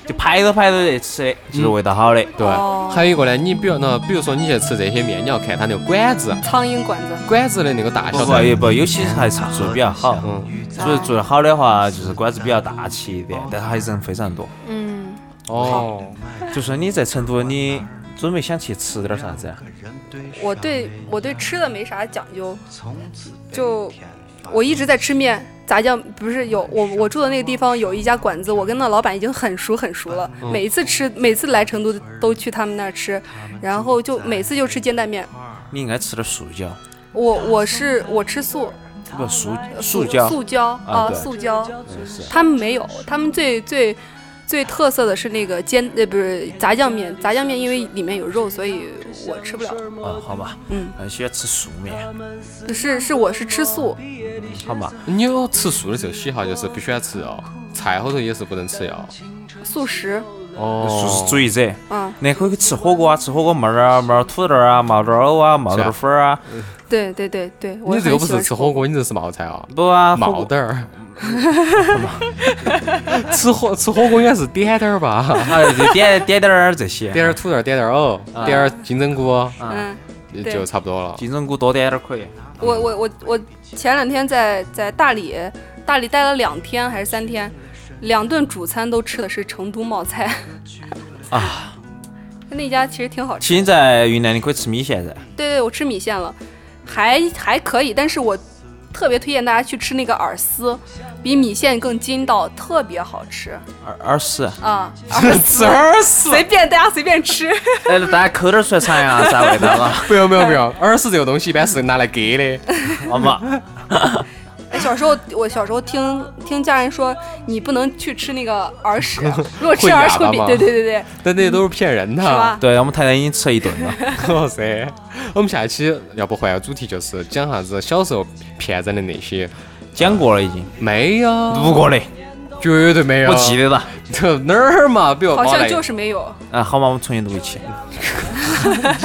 S6: 就排着排着去吃的，就是
S4: 嗯
S6: 味道好的。
S4: 对
S2: 哦，
S4: 还有一个呢，你比如呢，比如说你去吃这些面，你要看它那个馆子，
S2: 苍蝇馆子，
S4: 馆子的那个大小
S6: 不过
S4: 在
S6: 也不，有些还是做的比较好。
S4: 嗯，
S6: 如果做的好的话，就是馆子比较大气一点，但是还人非常多。
S2: 嗯，
S4: 哦，
S6: 就是你在成都，你准备想去吃点啥子啊？
S2: 我对我对吃的没啥讲究，就我一直在吃面，杂酱不是有我我住的那个地方有一家馆子，我跟那老板已经很熟很熟了，每一次吃每次来成都都去他们那儿吃，然后就每次就吃煎蛋面。
S6: 你应该吃点素饺，
S2: 我我是我吃素，
S6: 不素素饺，
S2: 啊素胶
S6: 啊对
S2: 素胶，
S6: 嗯是
S2: 他们没有，他们最最最特色的是那个煎呃不是杂酱面，杂酱面因为里面有肉，所以我吃不了。
S6: 啊，好吧，
S2: 嗯，
S6: 很喜欢吃素面，
S2: 是是我是吃素，
S6: 好吧，
S4: 你有吃素的这个喜好，就是不喜欢吃肉，菜后头也是不能吃哦肉。
S2: 素食，
S4: 哦，
S6: 素食主义者。
S2: 嗯，
S6: 那可以吃火锅啊，吃火锅冒点儿冒点儿土豆儿啊，冒点儿藕啊，冒点儿粉儿啊。
S2: 对对对对，我
S4: 你这
S2: 很
S4: 个不
S2: 喜欢
S4: 是吃火锅，你这是冒菜啊？
S6: 不啊，火
S4: 冒
S6: 锅
S4: 点儿。 吃火吃火锅应该是点点儿吧？
S6: 啊，就点点点儿这些，
S4: 点点儿土豆儿，点点儿藕，点点儿金针菇，
S2: 嗯，
S4: 就差不多了。
S6: 金针菇多点点儿可以。
S2: 我我我我前两天在在大理，大理待了两天还是三天，两顿主餐都吃的是成都冒菜，
S6: 啊，
S2: 那家其实挺好吃。
S6: 其实在云南你可以吃米线噻，
S2: 对对，我吃米线了，还还可以，但是我特别推荐大家去吃那个饵丝，比米线更筋道，特别好吃
S6: 二二十，
S2: 啊！
S6: 吃二十，
S2: 随便大家随便吃，
S6: 哎，大家抠点儿出来尝一下啥味道啊？
S4: 不用不用不用，饵丝这个东西一般是拿来割的。
S6: 好嘛，
S2: 哎小时候我小时候听听家人说，你不能去吃那个饵屎，啊如果吃
S4: 会
S2: 饵屎
S4: 哑巴
S2: 会比
S4: 吗
S2: 对对对对，
S4: 但那些都是骗人的，
S2: 是吧？
S6: 对我们太太已经吃了一顿了。
S4: 哇塞！ 我们下一期要不换个主题，就是讲啥子小时候骗人的那些？
S6: 讲过了已经，
S4: 没有，
S6: 录过的，
S4: 绝对没有。
S6: 我记得了。
S4: 这哪儿嘛？比如
S2: 好像
S4: 来
S2: 就是没有。
S6: 啊，好嘛，我们重新录一期。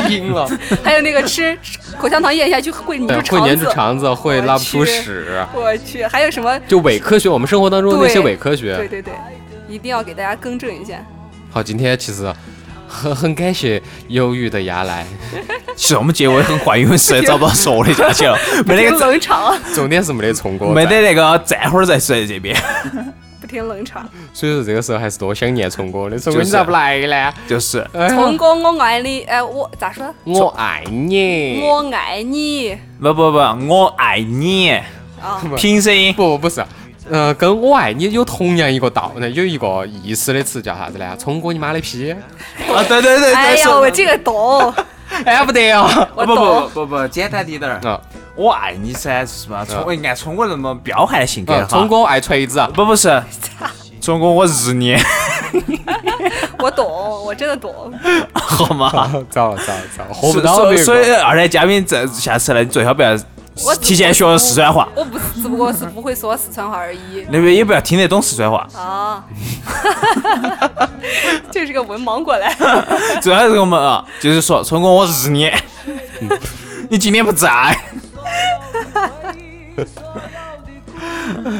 S4: 赢了。
S2: 还有那个吃吃口香糖咽下去会粘
S4: 对，
S2: 住
S4: 哎会粘
S2: 肠
S4: 住
S2: 子，
S4: 肠子，会拉不出屎。
S2: 我去，还有什么？
S4: 就伪科学，我们生活当中那些
S2: 对
S4: 伪科学。
S2: 对对对，一定要给大家更正一下。
S4: 好，今天其实很很感谢忧郁的牙来，
S6: 其实我们结尾很坏，因为实在找不到说的下去了，
S2: 不
S6: 没那
S2: 听
S6: 个
S2: 冷场，
S4: 重点是没得冲哥在，
S6: 没得那个站会儿再说这边，
S2: 不听冷场。
S4: 所以说这个时候还是多想念冲哥的。冲哥
S6: 就是
S4: 你咋不来呢？
S6: 就是
S4: 哎呀
S2: 成功，我爱你。哎，我咋说？
S4: 我爱你。
S2: 我爱你。
S6: 不不不，我爱你
S2: 啊，
S6: 拼声音。
S4: 不不是，呃，跟我爱你有同样一个道，有一个意思的词叫啥子呢？冲哥你妈的批！
S6: 啊，对对对，
S2: 哎
S6: 对
S2: 呀，
S6: 是
S2: 我这个懂，
S4: 哎，不得哦。
S2: 我
S6: 不不
S2: 懂。
S6: 不不，简单滴点儿。
S4: 啊，
S6: 我爱你噻，是吧？从哎按从我那么彪悍的性格
S4: 嗯，
S6: 哈，
S4: 冲哥爱锤子，
S6: 不不是，中国我日你，
S2: 我懂，我真的懂。
S6: 好吗？
S4: 糟了糟了糟了，活不到
S6: 所
S4: 那
S6: 以所以
S4: 个。
S6: 二代嘉宾这下次来，你最好不要
S2: 我
S6: 提前学四川话，
S2: 我不是，只不过是不会说四川话而已。
S6: 那边也不要听得懂四川话，
S2: 啊， 这是个文盲过来。
S6: 主要是我们啊，就是说中国我日你，你今天不在，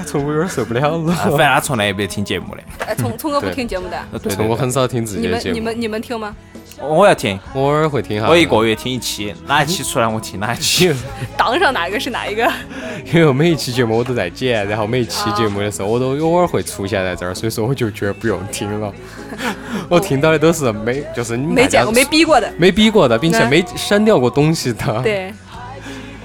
S4: 冲哥有点受不了
S6: 反正
S4: 了。
S6: 他从来也没听节目的。
S2: 哎，聪聪哥不
S4: 对
S2: 听节目的，
S4: 对，冲哥很少听自
S2: 你
S4: 己的
S2: 们
S4: 节
S2: 你
S4: 目，
S2: 们你们听吗？
S6: 我要听，
S4: 我偶尔会听哈。
S6: 我一 个月听一期，哪一期出来我听哪一期。
S2: 档上哪一个是哪一个？
S4: 因为我每一期节目我都在剪，然后每一期节目的时候我都偶尔会出现在这儿，所以说我就觉得不用听 了。我听到的都是没，就是你
S2: 没
S4: 大家
S2: 见过、没逼过的。
S4: 没逼过的，并且
S2: 对
S4: 没删掉过东西的。，
S2: 对，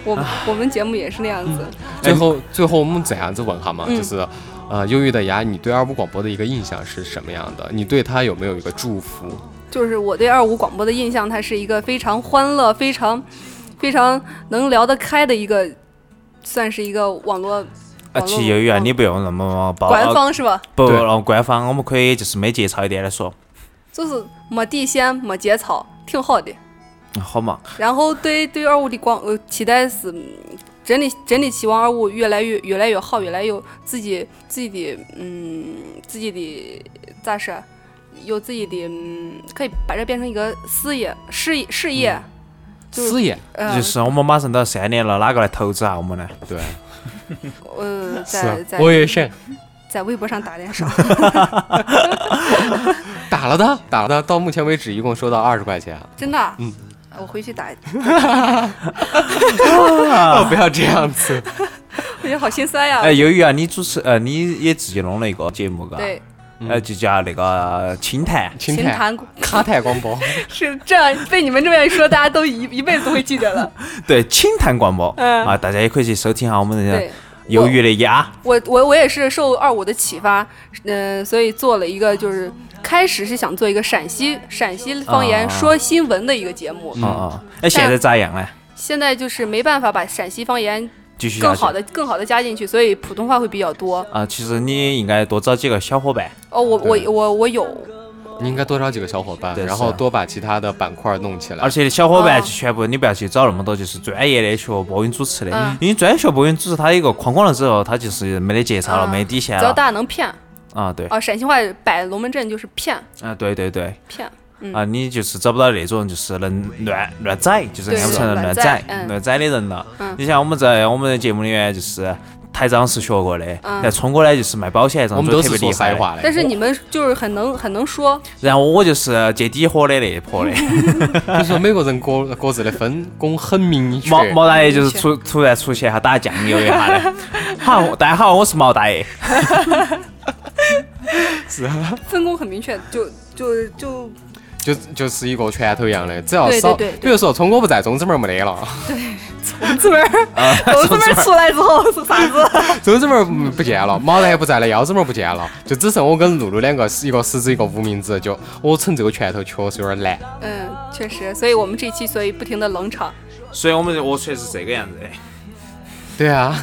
S2: 我我们节目也是那样子。
S4: 最后最后我们这样子问哈嘛，
S2: 嗯
S4: 就是。呃，忧郁的牙，你对二五广播的一个印象是什么样的？你对他有没有一个祝福？
S2: 就是我对二五广播的印象，它是一个非常欢乐、非常非常能聊得开的一个，算是一个网络。
S6: 啊，
S2: 网络
S6: 其实由于啊，
S2: 嗯
S6: 你不用那么包
S2: 官方是吧？
S6: 不不
S4: 对
S6: 不，官方我们可以就是没节操一点来说，
S2: 就是没底线、没节操，挺好的。
S6: 好嘛？
S2: 然后对对二五的广呃期待是，嗯真的真的希望二五越来越越来越好，越来越有自己自己的嗯自己的咋说，有自己的嗯可以把这变成一个事业事业事业，就是
S4: 事业，
S2: 呃
S6: 就是我们马上都要三年了，哪个来投资啊我们呢？
S4: 对，
S2: 呃
S4: 是啊
S2: 在在
S4: 我也想
S2: 在微博上打点赏。
S4: 打了的，打了的，到目前为止一共收到二十块钱。
S2: 真的啊？我回去打，我
S4: 啊， 不要这样 子，
S2: 觉得好心酸呀。
S6: 哎，由于啊，你主持呃，你也自己弄了一个节目嘎，
S2: 对，
S6: 呃，就叫那个清谈，
S4: 清
S2: 琴
S4: 谈
S2: 弹
S4: 卡台广播。
S2: 是这样，被你们这么一说，大家都一一辈子都会记得了。
S6: 对，清谈广播
S2: 嗯
S6: 啊，大家也可以去收听下我们这
S2: 对
S6: 些，鱿鱼的鸭，
S2: 我我我也是受二五的启发，嗯、所以做了一个就是开始是想做一个陕西陕西方言
S6: 啊
S2: 说新闻的一个节目，嗯
S6: 啊啊！那现在咋样呢？
S2: 现在就是没办法把陕西方言
S6: 继续下
S2: 更
S6: 去
S2: 好的更好的加进去，所以普通话会比较多。
S6: 啊，其实你应该多找几个小伙伴，
S2: 哦，我我
S4: 对
S2: 我我有，
S4: 你应该多找几个小伙伴，
S6: 对
S4: 然
S6: 是啊
S4: 后多把其他的板块弄起来。
S6: 而且小伙伴
S2: 哦
S6: 就全部你不要去找那么多就是专业的学播音主持的，
S2: 嗯
S6: 因为专业学播音主持他一个框框了之后，他就是没得节操了，
S2: 啊
S6: 没底线
S2: 只要
S6: 了
S2: 大家能骗
S6: 啊，对，
S2: 啊，陕西话摆龙门阵就是骗
S6: 啊，对对对，
S2: 骗。
S6: 啊，你就是找不到那种就是能乱乱宰，就是
S2: 对
S6: 俺们承认
S2: 是
S6: 乱
S2: 乱宰
S6: 宰
S2: 嗯
S6: 乱宰的人了
S2: 嗯。
S6: 你像我们在我们的节目里面，就是台长是学过的，
S2: 嗯
S6: 但聪哥呢就是卖保险，这
S4: 我
S6: 种
S4: 们
S6: 就特
S4: 都是
S6: 别
S4: 说
S6: 厉害
S4: 塞
S6: 的。
S4: 话的，
S2: 但是你们就是很能很能说，
S6: 然后我就是接底火的那一 波的，
S4: 就是说每个人各各自的分工很明确。
S6: 毛毛大爷就是突突然出现，还打酱油一下 的。好，大家好，我是毛大爷。
S2: 分工很明确，就就就
S4: 就就是一个拳头一样的，只要
S2: 对对
S4: 少，
S2: 对对
S4: 比如说聪哥不在，钟子门儿没得了，
S2: 董子文儿，董子文儿出来之后是啥子？
S4: 钟子门儿嗯不见了，毛大爷不在了，腰子门儿不见了，就只剩我跟露露两个，一个食指一个无名指，就我称这个拳头确实有点难。
S2: 嗯，确实，所以我们这期所以不停的冷场，
S6: 所以我们我确实是这个样子的。
S4: 对啊，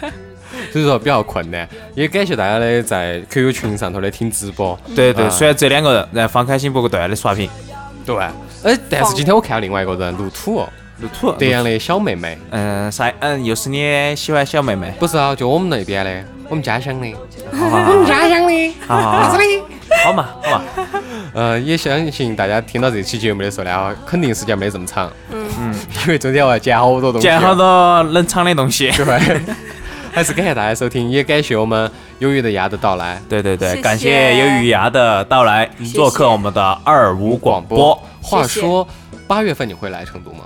S4: 所以说比较困难，也感谢大家的在 QQ 群上头的听直播。
S6: 对对，
S4: 啊
S6: 虽然这两个人，然后方开心不过断的刷屏，
S4: 对，哎，但是今天我看到另外一个人，露土哦，
S6: 露土
S4: 德阳的小妹妹，
S6: 嗯，啥？嗯，又是你喜欢小妹 妹。
S4: 不是啊，就我们那边的，我们家乡的，
S6: 好好好
S4: 家乡的。
S6: 好好好，啊好嘛好嘛。
S4: 呃，也相信大家听到这期节目的时候呢，肯定时间没这么长，嗯嗯， 因为中间我要剪好多东西，啊
S6: 捡好，多冷藏的东西。
S4: 对， 还是感谢大家收听，也感谢我们鱿鱼的鸭的到来，
S6: 对对
S2: 谢
S6: 对
S2: 谢，
S6: 感谢有鱼牙的到来，做客我们的二五广播。。
S4: 话
S2: 谢谢
S4: 说，八月份你会来成都吗？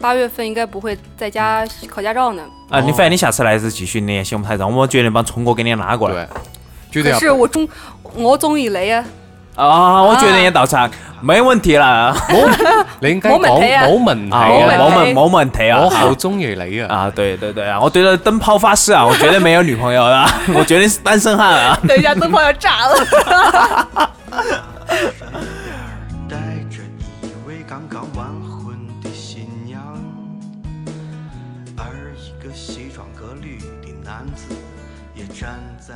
S2: 八月份应该不会在家考驾照呢。
S6: 啊，你反正你下次来是继续联系我们台长，我决定把聪哥给你拉过来。
S4: 对，绝对
S2: 可
S4: 要
S2: 是我中我中意雷啊，
S6: 啊，我决定也到场， 没问题啦。
S4: 你应该
S2: 冇問
S4: 冇
S2: 題啊
S4: 冇問題
S6: 啊，
S2: 冇
S6: 我
S2: 問題
S4: 啊，
S6: 我们我问题啊
S4: 我。好中意你啊！
S6: 啊，对对对啊，我对着灯泡发誓啊，我绝对没有女朋友的， 我绝对是单身汉啊。
S2: 等一下灯泡要炸了。
S7: 带着一位刚刚完婚的新娘，而一个西装革履的男子也站在